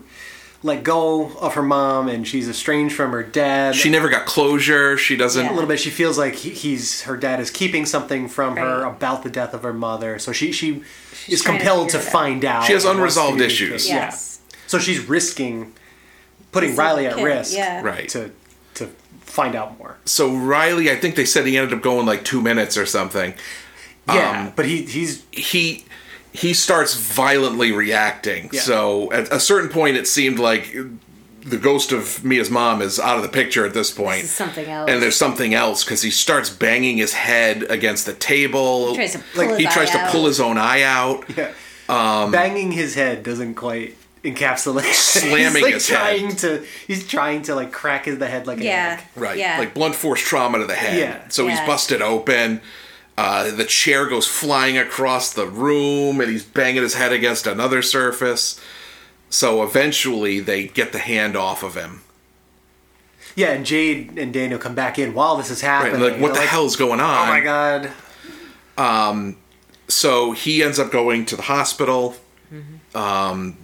S10: let go of her mom and she's estranged from her dad
S8: She never got closure. She doesn't.
S9: Yeah.
S10: a little bit she feels like he, he's her dad is keeping something from her
S9: Right.
S10: about the death of her mother so she she is
S9: trying to
S10: compelled to,
S9: figure it out.
S10: find out
S8: She has
S10: and wants to
S8: unresolved
S10: do
S8: issues.
S10: things.
S9: yes.
S10: yeah so she's risking putting
S9: This
S10: Riley at
S9: little kid,
S10: risk
S9: yeah.
S8: Right.
S10: to to find out more
S8: so Riley, I think they said he ended up going like two minutes or something. Um,
S10: yeah but he he's
S8: He he starts violently reacting.
S10: Yeah.
S8: So at a certain point, it seemed like the ghost of Mia's mom is out of the picture at this point.
S9: This is something else.
S8: And there's something else because he starts banging his head against the table. He
S9: tries to pull his
S8: he
S9: eye
S8: tries to
S9: out.
S8: pull his own eye out.
S10: yeah.
S8: um,
S10: banging his head doesn't quite encapsulate
S8: Slamming
S10: he's like
S8: his head.
S10: trying to he's trying to like crack his the head like an
S9: Yeah.
S10: egg.
S8: Right.
S9: Yeah.
S8: Like blunt force trauma to the head.
S10: Yeah.
S8: So
S9: Yeah.
S8: he's busted open. Uh, the chair goes flying across the room and he's banging his head against another surface. So eventually they get the hand off of him.
S10: Yeah, and Jade and Daniel come back in while this is
S8: Right.
S10: happening.
S8: Like, what the
S10: They're
S8: hell's going on?
S10: Oh my god!
S8: So he ends up going to the hospital.
S9: Mm-hmm.
S8: Um,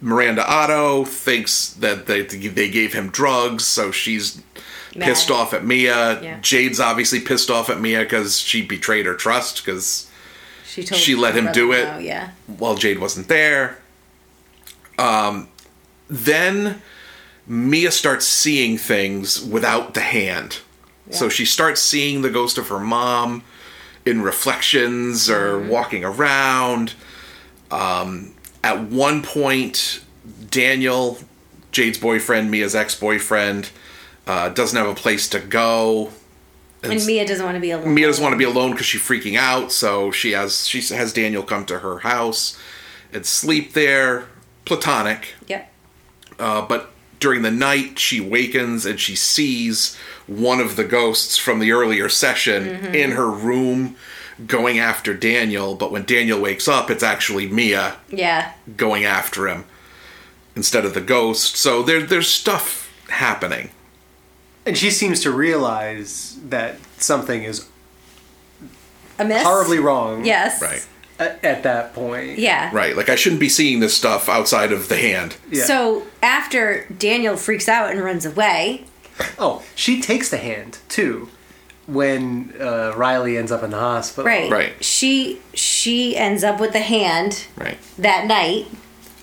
S8: Miranda Otto thinks that they, they gave him drugs, so she's
S9: Mad.
S8: pissed off at Mia.
S9: Yeah.
S8: Jade's obviously pissed off at Mia because she betrayed her trust because.
S9: She told.
S8: She let
S9: her
S8: him
S9: brother
S8: do it.
S9: no, yeah.
S8: while Jade wasn't there. Um, then Mia starts seeing things without the hand. So she starts seeing the ghost of her mom in reflections or walking around. Um, at one point, Daniel, Jade's boyfriend, Mia's ex boyfriend, uh, doesn't have a place to go.
S9: And Mia doesn't want to be alone.
S8: Mia doesn't want to be alone because she's freaking out, so she has she has Daniel come to her house and sleep there, platonic.
S9: Yep.
S8: Uh, but during the night, she wakens and she sees one of the ghosts from the earlier session in her room, going after Daniel. But when Daniel wakes up, it's actually Mia
S9: Yeah.
S8: going after him instead of the ghost. So there there's stuff happening.
S10: And she seems to realize that something is
S9: Amiss.
S10: horribly wrong.
S9: Yes.
S8: Right,
S10: At, at that point.
S9: Yeah.
S8: right. Like I shouldn't be seeing this stuff outside of the hand.
S10: Yeah.
S9: So after Daniel freaks out and runs away,
S10: Oh, she takes the hand too when uh, Riley ends up in the hospital.
S9: right?
S8: Right.
S9: She she ends up with the hand
S8: Right.
S9: that night.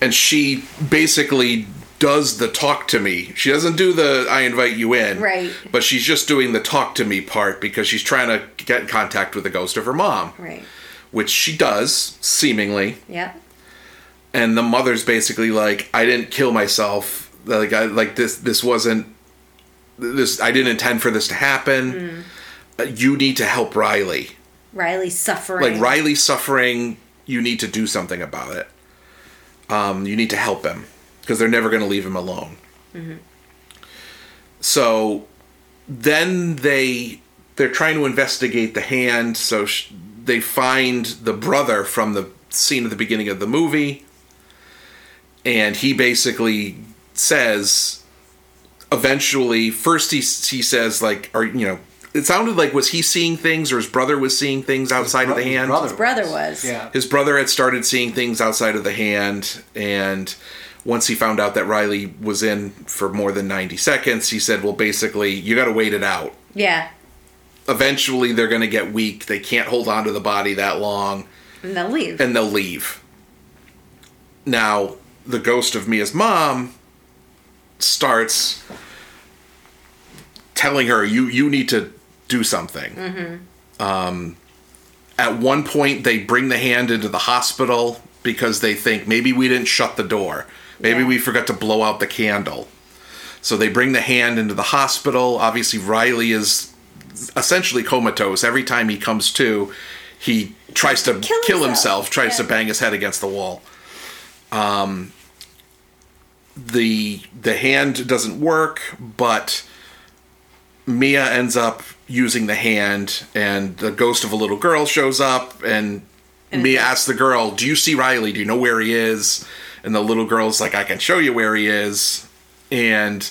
S8: and she basically does the talk to me. She doesn't do the I invite you in.
S9: Right.
S8: But she's just doing the talk to me part because she's trying to get in contact with the ghost of her mom,
S9: Right.
S8: which she does, seemingly.
S9: Yep.
S8: And the mother's basically like, I didn't kill myself. Like I like this this wasn't this I didn't intend for this to happen. Uh, You need to help Riley.
S9: Riley's suffering.
S8: Like Riley's suffering, you need to do something about it. Um, you need to help him because they're never going to leave him alone. So then they they're trying to investigate the hand. So sh- they find the brother from the scene at the beginning of the movie, and he basically says, eventually, first he he says like, "Are you know?" it sounded like was he seeing things or his brother was seeing things outside of the hand?
S9: brother was.
S10: Yeah.
S8: His brother had started seeing things outside of the hand, and once he found out that Riley was in for more than 90 seconds, he said, Well, basically, you got to wait it out.
S9: Yeah.
S8: Eventually, they're going to get weak. They can't hold on to the body that long,
S9: And they'll leave.
S8: and they'll leave. Now, the ghost of Mia's mom starts telling her, You, you need to do something. Um, at one point, they bring the hand into the hospital because they think maybe we didn't shut the door. Maybe
S9: Yeah.
S8: we forgot to blow out the candle. So they bring the hand into the hospital. Obviously, Riley is essentially comatose. Every time he comes to, he tries to kill,
S9: Kill
S8: himself.
S9: himself.
S8: tries to
S9: Yeah.
S8: bang his head against the wall. Um, the the hand doesn't work, but Mia ends up using the hand, and the ghost of a little girl shows up, and, Mia asks the girl, "Do you see Riley? Do you know where he is?" And the little girl's like, "I can show you where he is," and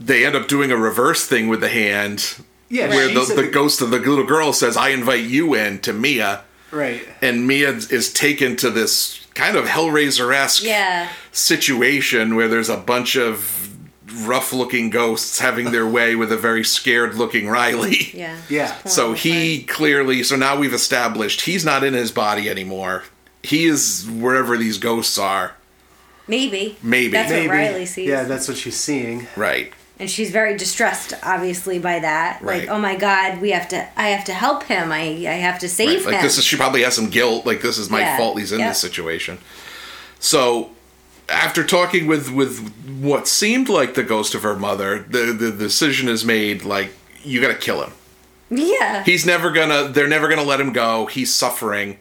S8: they end up doing a reverse thing with the hand,
S10: Yeah,
S8: where
S10: she's
S8: the,
S10: at
S8: the
S10: the-
S8: ghost of the little girl says, "I invite you in to Mia,"
S10: Right.
S8: and Mia is taken to this kind of Hellraiser esque
S9: yeah.
S8: situation where there's a bunch of rough looking ghosts having their way with a very scared looking Riley.
S9: Yeah.
S10: Yeah.
S8: So he clearly, so now we've established he's not in his body anymore. He is wherever these ghosts are.
S9: Maybe.
S8: Maybe.
S9: That's
S10: Maybe.
S9: what Riley sees.
S10: Yeah, that's what she's seeing.
S8: Right.
S9: and she's very distressed obviously by that
S8: Right.
S9: like oh my god we have to i have to help him i i have to
S8: Right.
S9: save
S8: Like
S9: him
S8: this is she probably has some guilt. Like this is my
S9: Yeah.
S8: fault. He's in
S9: Yep.
S8: this situation. So after talking with with what seemed like the ghost of her mother, the the decision is made. Like you got to kill him.
S9: yeah
S8: He's never gonna. They're never gonna let him go. He's suffering.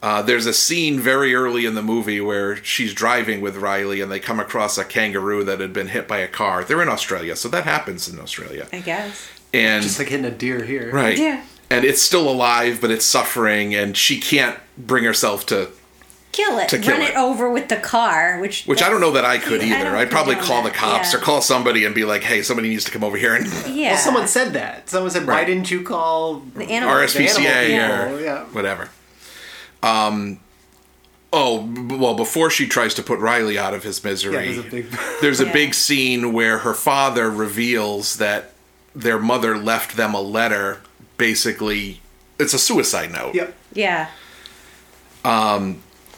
S8: Uh, there's a scene very early in the movie where she's driving with Riley and they come across a kangaroo that had been hit by a car. They're in Australia, so that happens in Australia.
S9: i guess
S8: And
S10: Just like hitting a deer here.
S8: Right.
S9: Yeah.
S8: And it's still alive, but it's suffering, and she can't bring herself to.
S9: kill it
S8: To kill
S9: run
S8: it.
S9: it. over with the car which
S8: Which I don't know that I could
S9: I don't
S8: either. I'd probably
S9: condone
S8: call
S9: that,
S8: the cops
S9: yeah.
S8: or call somebody and be like, "Hey, somebody needs to come over here." And
S9: yeah
S10: Well, someone said that. Someone said, "Why
S8: Right.
S10: didn't you call?"
S9: the animal
S8: RSPCA
S10: The
S8: or
S10: animal people, yeah.
S8: whatever. Um, oh b- well, before she tries to put Riley out of his
S10: Yeah,
S8: misery,
S10: there's a big.
S8: there's a
S9: Yeah.
S8: big scene where her father reveals that their mother left them a letter. Basically, it's a suicide note.
S10: yep.
S9: yeah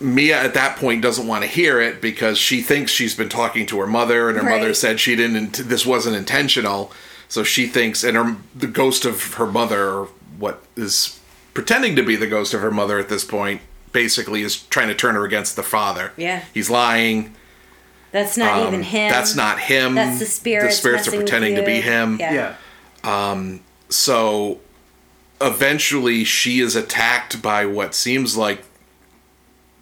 S8: Mia at that point doesn't want to hear it because she thinks she's been talking to her mother, and her
S9: Right.
S8: mother said she didn't. This wasn't intentional, so she thinks, and her the ghost of her mother, or what is pretending to be the ghost of her mother at this point, basically is trying to turn her against the father.
S9: Yeah.
S8: he's lying.
S9: that's not
S8: Um,
S9: even him
S8: That's not him.
S9: that's the
S8: The
S9: spirits
S8: spirits are
S9: messing with
S8: pretending to
S9: you.
S8: be him
S9: yeah,
S10: Yeah.
S8: so eventually she is attacked by what seems like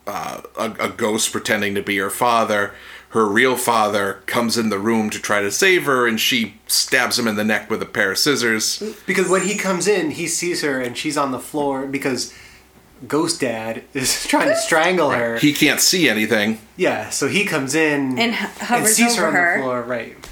S8: uh, a, a ghost pretending to be her father her real father comes in the room to try to save her and she stabs him in the neck with a pair of scissors
S10: Because when he comes in, he sees her and she's on the floor because Ghost Dad is trying to strangle her.
S8: he can't see anything
S10: yeah, so he comes in
S9: And ho- hovers
S10: sees her on
S9: over her.
S10: the floor, right?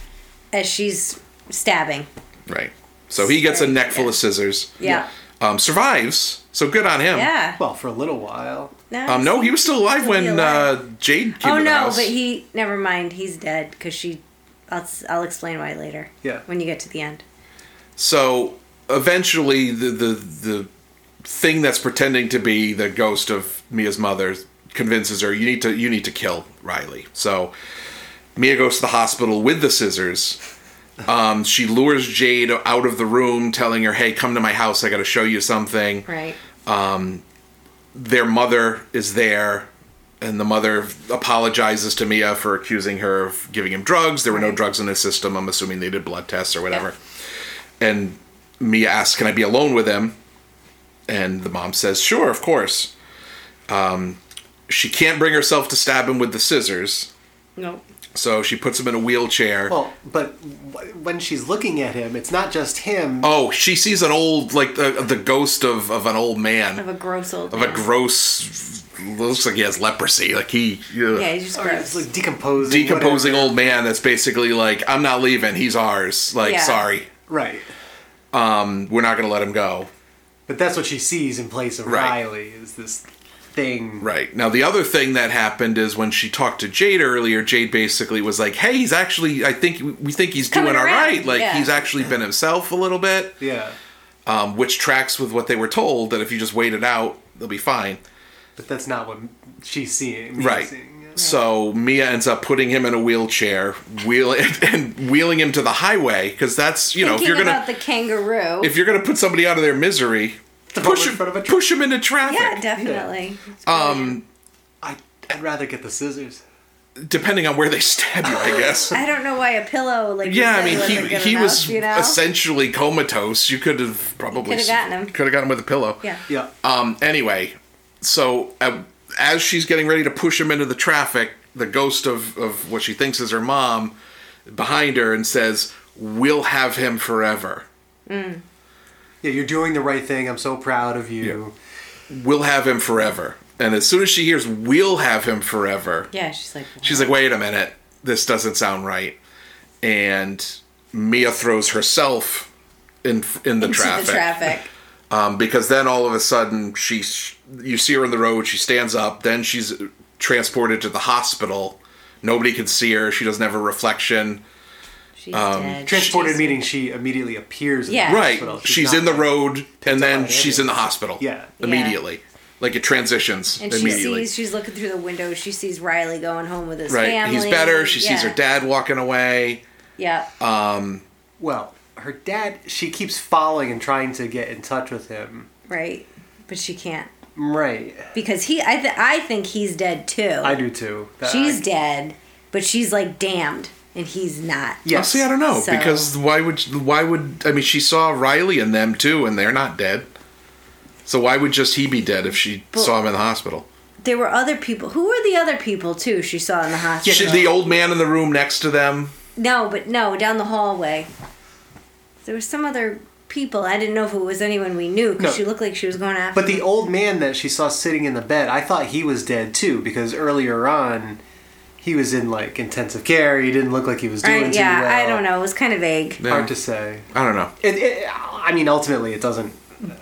S9: as she's stabbing
S8: right so he gets a
S9: Right,
S8: neck full
S9: yeah.
S8: of scissors
S9: yeah
S8: um, survives so good on him
S9: yeah,
S10: Well, for a little while.
S8: um, no he was still alive
S9: He'll
S8: when
S9: be alive.
S8: Uh, jade came
S9: oh
S8: to the
S9: no
S8: house
S9: but he never mind he's dead because she I'll, s- I'll explain why later
S10: Yeah.
S9: when you get to the end
S8: So eventually, the, the the thing that's pretending to be the ghost of Mia's mother convinces her you need to you need to kill Riley. So Mia goes to the hospital with the scissors. Um, she lures Jade out of the room, telling her, "Hey, come to my house. I got to show you something."
S9: right
S8: Their mother is there, and the mother apologizes to Mia for accusing her of giving him drugs. There were no
S9: Right.
S8: drugs in his system. I'm assuming they did blood tests or whatever. and Mia asks, "Can I be alone with him?" And the mom says, "Sure, of course." Um, she can't bring herself to stab him with the scissors,
S9: Nope.
S8: so she puts him in a wheelchair.
S10: Well, but w- when she's looking at him, it's not just him.
S8: Oh, she sees an old, like the the ghost of of an old
S9: Of
S8: man,
S9: a gross old.
S8: of a
S9: man.
S8: gross, looks like he has leprosy, like he. ugh.
S9: Yeah, he's just
S10: Or it's
S9: gross.
S10: like decomposing.
S8: Decomposing
S10: whatever.
S8: old man that's basically like, I'm not leaving, he's ours. Like,
S9: Yeah.
S8: sorry.
S10: Right.
S8: Um, we're not going to let him go.
S10: But that's what she sees in place of
S8: Right.
S10: Riley is this thing.
S8: Right. Now, the other thing that happened is when she talked to Jade earlier, Jade basically was like, hey, he's actually, I think, we think he's doing
S9: Coming
S8: all
S9: around,
S8: right. Like,
S9: yeah.
S8: he's actually been himself a little bit,
S10: Yeah.
S8: um, which tracks with what they were told that if you just wait it out, they'll be fine.
S10: But that's not what she's seeing. me
S8: Right.
S10: seeing, yeah.
S8: So Mia ends up putting him in a wheelchair, wheel and wheeling him to the highway because that's you know if
S9: Thinking
S8: you're gonna
S9: about the kangaroo.
S8: if you're gonna put somebody out of their misery, push
S10: in
S8: him
S10: front of a truck.
S8: push him into traffic.
S9: yeah, definitely.
S8: um,
S10: I, I'd rather get the scissors.
S8: depending on where they stab you, I guess.
S9: I don't know why a pillow like
S8: Yeah, I
S9: was
S8: mean
S9: wasn't
S8: he
S9: good
S8: he
S9: enough,
S8: was
S9: you know?
S8: essentially comatose. You could have probably
S9: Could've gotten him.
S8: Could have gotten him with a pillow.
S9: yeah.
S10: Yeah.
S8: Um. Anyway, so uh, as she's getting ready to push him into the traffic, the ghost of of what she thinks is her mom behind her and says, "We'll have him forever.
S10: Yeah, you're doing the right thing. I'm so proud of you.
S8: We'll have him forever." And as soon as she hears "We'll have him forever,"
S9: Yeah, she's like
S8: she's like, "Wait a minute, this doesn't sound right." And Mia throws herself in in the traffic.
S9: the traffic.
S8: um, because then all of a sudden she you see her in the road she stands up then she's transported to the hospital nobody can see her she doesn't have a reflection
S9: She's
S8: Um,
S9: dead.
S10: Transported
S9: She's-
S10: meaning she immediately appears in
S9: Yeah.
S10: the
S8: right
S10: hospital.
S8: she's, in the
S10: not-
S8: road and
S10: by
S8: then
S10: an
S8: she's in the hospital
S10: Yeah.
S8: immediately like it transitions
S9: And she
S8: immediately
S9: sees she's looking through the window. She sees Riley going home with his
S8: right
S9: family.
S8: he's better she sees
S9: Yeah.
S8: her dad Um, walking away
S9: Yeah,
S10: Well, her dad, she keeps following and trying to get in touch with him.
S9: right. But she can't
S10: Right.
S9: because he. I th- I think he's dead too.
S10: I do too. That-
S9: She's dead, but she's like damned, and he's not.
S10: Yes.
S8: Oh, see i don't know
S9: So-
S8: because why would why would i mean she saw riley and them too and they're not dead so why would just he be dead if she saw him in the hospital
S9: There were other people. Who were the other people too? She saw in the hospital.
S8: She- the old man in the room next to them
S9: No, but no, down the hallway. There was some other people. I didn't know if it was anyone we knew because
S10: No.
S9: she looked like she was going after.
S10: But the old man that she saw sitting in the bed, I thought he was dead too because earlier on he was in like intensive care. He didn't look like he was doing
S9: Right,
S10: too
S9: yeah,
S10: well.
S9: I don't know. It was kind of vague,
S10: Hard to say.
S8: I don't know.
S10: It, it, I mean, ultimately, it doesn't have any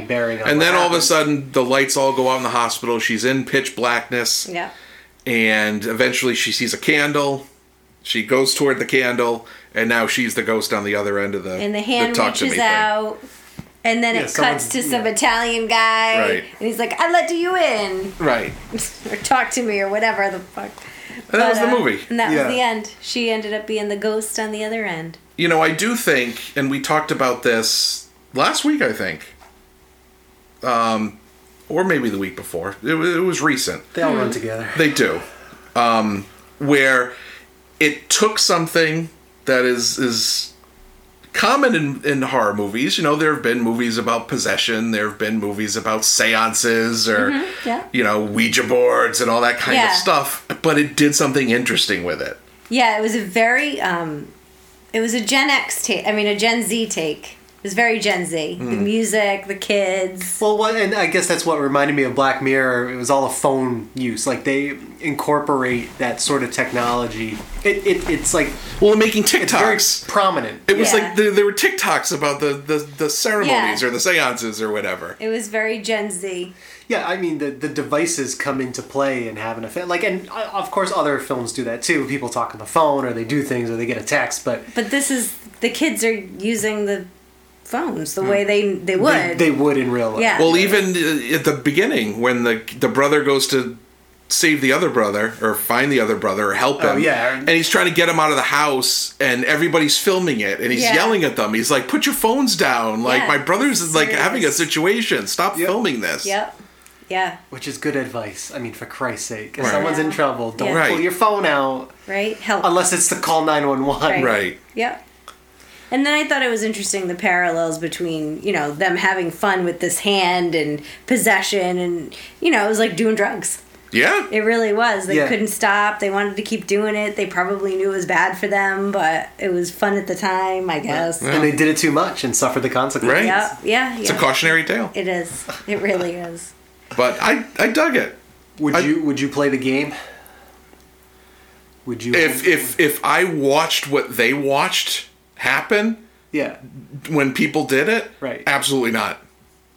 S9: but
S10: bearing on
S8: And
S10: what
S8: then all of a
S10: happened.
S8: sudden, the lights all go out in the hospital. She's in pitch blackness,
S9: yeah,
S8: and eventually she sees a candle. She goes toward the candle, and now she's the ghost on the other end of the.
S9: and the hand
S8: talk to me
S9: reaches
S8: thing.
S9: out, and then
S10: Yeah,
S9: it
S10: someone-
S9: cuts to some
S10: yeah.
S9: Italian guy,
S8: Right.
S9: and he's like, "I let you in,
S8: Right,
S9: or talk to me, or whatever the fuck."
S8: and Oh, that was
S9: uh,
S8: the movie.
S9: and that
S10: Yeah.
S9: was the end. She ended up being the ghost on the other end.
S8: You know, I do think, and we talked about this last week, I think, um, or maybe the week before. It, wa- it was recent.
S10: they all run together.
S8: They do. Um, where it took something that is is common in, in horror movies. You know, there have been movies about possession, there have been movies about seances or,
S10: Mm-hmm.
S9: yeah.
S8: you know, Ouija boards and all that kind
S9: Yeah.
S8: of stuff, but it did something interesting with it.
S9: Yeah, it was a very um it was a Gen X take. I mean a Gen Z take. It was very Gen Z. The music, the kids.
S10: Well, what, and I guess that's what reminded me of Black Mirror. It was all a phone use. Like they incorporate that sort of technology. It, it it's like
S8: Well, making
S10: it's very
S8: TikToks.
S10: prominent.
S8: It was
S9: Yeah.
S8: like there, there were TikToks about the, the, the ceremonies or the seances or whatever.
S9: It was very Gen Z.
S10: Yeah, I mean the the devices come into play and have an effect. Like, and uh, of course, other films do that too. People talk on the phone, or they do things, or they get a text. But
S9: But this is the kids are using the phones the way they they would.
S10: they, they would in real life.
S9: yeah.
S8: Well, even uh, at the beginning, when the the brother goes to save the other brother or find the other brother or help him,
S10: Oh, yeah.
S8: and he's trying to get him out of the house, and everybody's filming it, and he's
S9: Yeah.
S8: yelling at them. He's like, "Put your phones down! Like
S9: Yeah.
S8: my brother's is like
S9: Serious.
S8: having a situation. Stop
S10: Yep.
S8: filming this."
S9: Yep. Yeah,
S10: Which is good advice. I mean, for Christ's sake, if
S8: Right.
S10: someone's in trouble, don't
S8: Yeah.
S10: pull
S8: Right.
S10: your phone out
S9: right? Help.
S10: unless it's to call nine one one.
S8: Right.
S9: Yep. And then I thought it was interesting the parallels between, you know, them having fun with this hand and possession and you know, it was like doing drugs.
S8: Yeah.
S9: It really was. They
S10: Yeah.
S9: couldn't stop. They wanted to keep doing it. They probably knew it was bad for them, but it was fun at the time, I guess.
S10: And they did it too much and suffered the
S8: Right.
S10: consequences.
S9: Yep. Yeah.
S8: It's a
S9: yeah.
S8: cautionary tale,
S9: It is. It really is.
S8: but I I dug it.
S10: Would
S8: I-
S10: you Would you play the game? Would you?
S8: If if if I watched what they watched happen,
S10: Yeah.
S8: when people did it?
S10: Right.
S8: Absolutely not.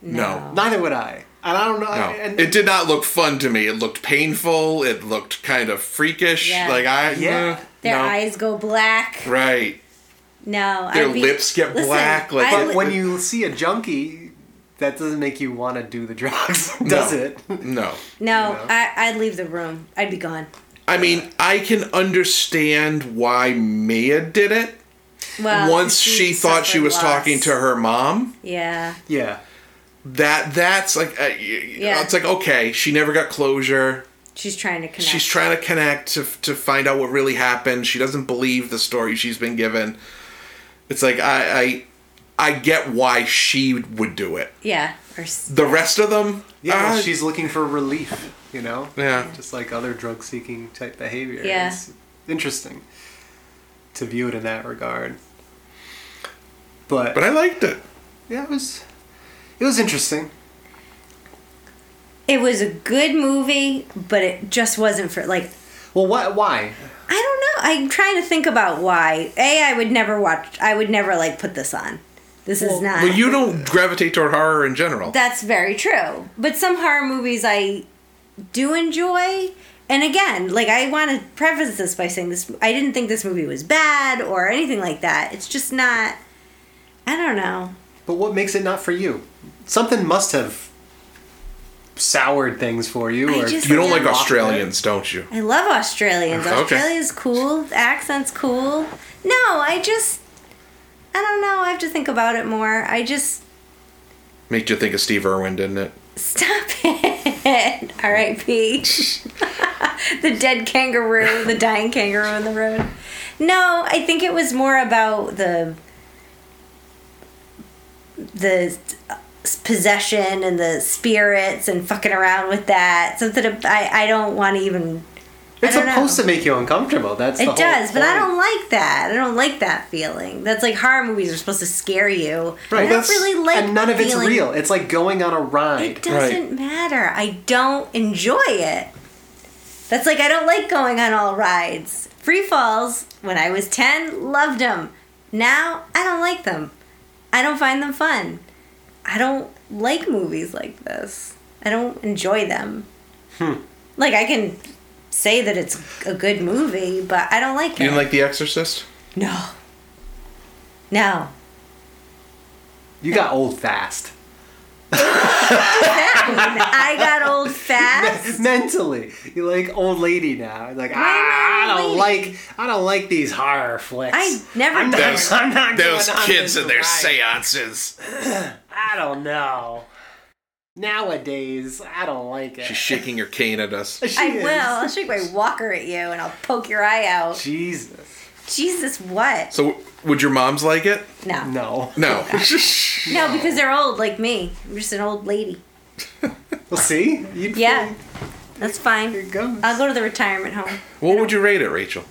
S8: No.
S10: Neither would I. And I don't know.
S8: No.
S10: And,
S8: it did not look fun to me. It looked painful. It looked kind of freakish.
S9: Yeah.
S8: Like I
S10: Yeah.
S8: uh,
S9: Their
S8: no.
S9: eyes go black.
S8: Right.
S9: No,
S8: Their
S9: I'd be-
S8: lips get
S9: Listen,
S8: black, like-
S9: I
S10: But
S9: li-
S10: when you see a junkie, that doesn't make you want to do the drugs, does
S8: No.
S10: it?
S8: No.
S9: no, I, I'd leave the room. I'd be gone.
S8: I mean, I can understand why Mia did it.
S9: Well,
S8: Once she thought she
S9: suffered
S8: was
S9: loss.
S8: talking to her mom,
S9: Yeah,
S10: Yeah.
S8: that that's like uh,
S9: Yeah.
S8: yeah. it's like okay, she never got closure.
S9: she's trying to connect.
S8: She's trying to connect to to find out what really happened. She doesn't believe the story she's been given. It's like I I, I get why she would do it.
S9: yeah, or s-
S8: The rest of them,
S10: Yeah,
S8: uh,
S10: she's looking for relief, you know?
S8: Yeah.
S10: Just like other drug seeking type behavior.
S9: Yeah.
S10: It's interesting to view it in that regard. But,
S8: But I liked it.
S10: yeah, it was it was interesting.
S9: it was a good movie, but it just wasn't for like
S10: Well, why? Why?
S9: I don't know. I'm trying to think about why. A, I would never watch. I would never like put this on. This is not.
S8: Well, you don't gravitate toward horror in general.
S9: That's very true. But some horror movies I do enjoy. And again, like I want to preface this by saying this I didn't think this movie was bad or anything like that. It's just not I don't know.
S10: But what makes it not for you? Something must have soured things for you.
S9: I
S10: Or
S9: just-
S8: you don't like
S9: Yeah.
S8: Australians, don't you?
S9: I love Australians.
S8: Okay.
S9: Australia's cool. The accent's cool. No, I just I don't know. I have to think about it more. I just
S8: Made you think of Steve Irwin, didn't it?
S9: stop it. R.I.P. the dead kangaroo, the dying kangaroo on the road. No, I think it was more about the the possession and the spirits and fucking around with that. Something ab- I I don't want to even.
S10: it's
S9: I don't
S10: supposed
S9: know.
S10: to make you uncomfortable. That's the
S9: It
S10: whole
S9: does, but I
S10: point.
S9: don't like that. I don't like that feeling. That's like horror movies are supposed to scare you.
S10: Right.
S9: I don't really like
S10: and none of it's
S9: feeling-
S10: real. It's like going on a ride.
S9: It doesn't matter. I don't enjoy it. That's like I don't like going on all rides. Free falls, when I was 10, loved them. Now, I don't like them. I don't find them fun. I don't like movies like this. I don't enjoy them.
S10: Hmm.
S9: Like I can say that it's a good movie, but I don't like
S8: You
S9: it.
S8: didn't like The Exorcist?
S9: no. No.
S10: You got old fast.
S9: I got old fast.
S10: Mentally, you're like old lady now. You're like ah,
S9: am I
S10: I
S9: an
S10: don't
S9: old lady?"
S10: like, I don't like these horror flicks.
S9: I never
S10: I'm
S9: did.
S10: not, I'm not
S8: Those
S10: going on
S8: kids
S10: this
S8: and their
S10: ride.
S8: seances.
S10: I don't know. Nowadays, I don't like it.
S8: She's shaking her cane at us.
S10: She
S9: I
S10: is.
S9: will. I'll shake my walker at you and I'll poke your eye out.
S10: Jesus,
S9: Jesus, what?
S8: So, would your moms like it?
S9: No. No,
S10: no.
S8: No.
S9: because they're old like me. I'm just an old lady.
S10: Well, see, you
S9: Yeah. That's
S10: There
S9: fine.
S10: it goes.
S9: I'll go to the retirement home.
S8: what would you rate it, Rachel?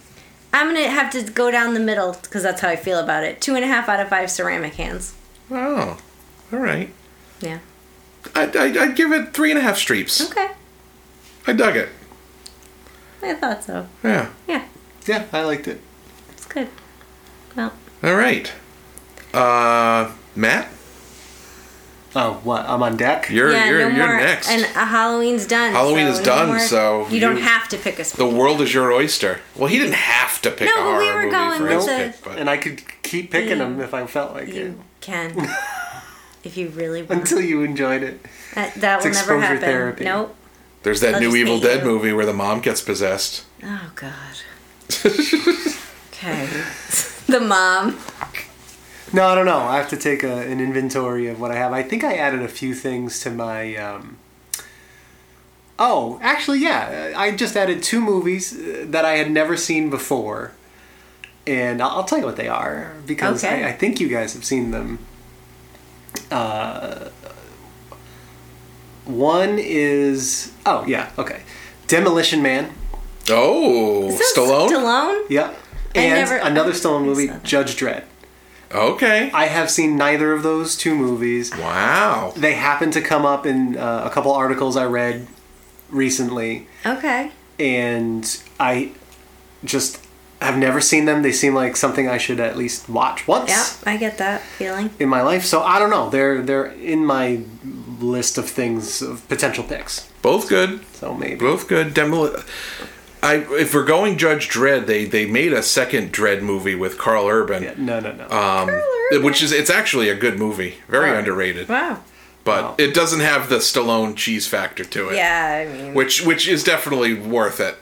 S9: I'm going to have to go down the middle because that's how I feel about it. Two and a half out of five ceramic hands.
S8: Oh, all right.
S9: Yeah.
S8: I, I, I'd give it three and a half streeps.
S9: Okay.
S8: I dug it.
S9: I thought so.
S8: Yeah.
S9: Yeah.
S10: yeah, I liked it.
S9: It's good. Well,
S8: All right. Uh, Matt,
S10: Oh, what? I'm on deck.
S8: you're
S9: yeah,
S8: you're,
S9: no
S8: you're
S9: more.
S8: next.
S9: And uh, Halloween's done.
S8: Halloween
S9: so
S8: is
S9: no
S8: done,
S9: more-
S8: so
S9: You don't
S8: you-
S9: have to pick a
S8: the
S9: spot.
S8: world is your oyster. Well, he didn't have to pick
S9: No,
S8: a
S9: but
S8: horror
S9: we were
S8: movie
S9: going
S8: for
S9: with
S8: his
S9: the-
S8: pick, but
S10: And I could keep picking them
S9: You-
S10: if I felt like it
S9: You can. if you really want.
S10: until you enjoyed it.
S9: That, that will
S10: It's
S9: never
S10: exposure
S9: happen.
S10: therapy.
S9: Nope.
S8: there's that
S9: I'll
S8: new
S9: just
S8: Evil
S9: hate
S8: Dead
S9: you.
S8: movie where the mom gets possessed.
S9: Oh God. okay. the mom.
S10: No, I don't know. I have to take a, an inventory of what I have. I think I added a few things to my. Um... Oh, actually, yeah. I just added two movies uh, that I had never seen before. And I'll, I'll tell you what they are because
S9: Okay.
S10: I, I think you guys have seen them. Uh, one is. Oh, yeah, okay. Demolition Man.
S8: Oh,
S9: Is that
S8: Stallone.
S9: Stallone.
S10: Yep.
S9: I
S10: And
S9: never-
S10: another Stallone movie,
S9: saw that.
S10: Judge Dredd.
S8: Okay.
S10: I have seen neither of those two movies.
S8: Wow.
S10: They happened to come up in uh, a couple articles I read recently,
S9: Okay.
S10: and I just I've never seen them. They seem like something I should at least watch once
S9: Yeah, I get that feeling.
S10: in my life. So I don't know. They're they're in my list of things of potential picks.
S8: Both good.
S10: So maybe
S8: Both good. Demol- I if we're going Judge Dredd, they they made a second Dredd movie with Carl Urban,
S10: Yeah, no, no, no.
S9: Curler.
S8: which is it's actually a good movie, very
S10: Alright.
S8: underrated,
S9: Wow.
S8: but it doesn't have the Stallone cheese factor to it.
S9: Yeah, I mean,
S8: Which which is definitely worth it.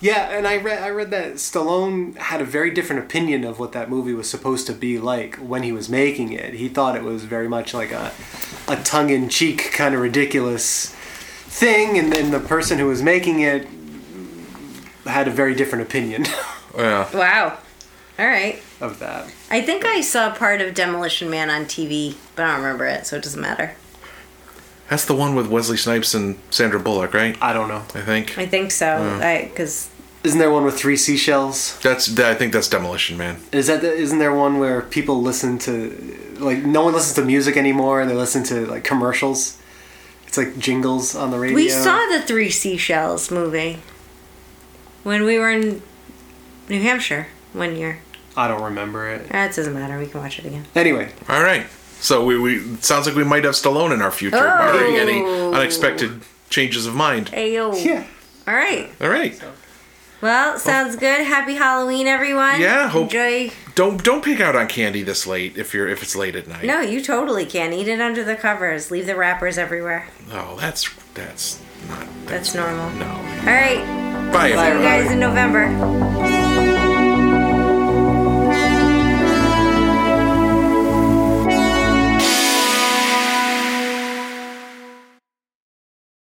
S10: yeah, and I read I read that Stallone had a very different opinion of what that movie was supposed to be like when he was making it. He thought it was very much like a a tongue in cheek kind of ridiculous thing, and then the person who was making it had a very different opinion
S8: Yeah.
S9: wow. All right.
S10: of that.
S9: I think I saw part of Demolition Man on TV, but I don't remember it, so it doesn't matter.
S8: That's the one with Wesley Snipes and Sandra Bullock, right?
S10: I don't know.
S8: I think
S9: I think so.
S10: Hmm.
S9: I because
S10: Isn't there one with three seashells?
S8: that's that- I think that's Demolition Man.
S10: Is that the, isn't there one where people listen to like no one listens to music anymore and they listen to like commercials? It's like jingles on the radio.
S9: we saw the Three Seashells movie when we were in New Hampshire one year.
S10: I don't remember it.
S9: Ah, it doesn't matter. We can watch it again.
S10: Anyway,
S8: All right. So we, we it sounds like we might have Stallone in our future, barring any
S9: Oh.
S8: unexpected changes of mind.
S9: Ayo.
S10: yeah.
S9: All right.
S8: All right.
S9: Well, sounds good. Happy Halloween, everyone.
S8: Yeah, hope-
S9: Enjoy.
S8: Don't don't pick out on candy this late if you're if it's late at night.
S9: No, you totally can eat it under the covers. Leave the wrappers everywhere.
S8: Oh, that's that's not
S9: That's normal.
S8: no.
S9: All right.
S8: Bye
S9: See you
S8: everyone.
S9: guys in November.
S8: Bye.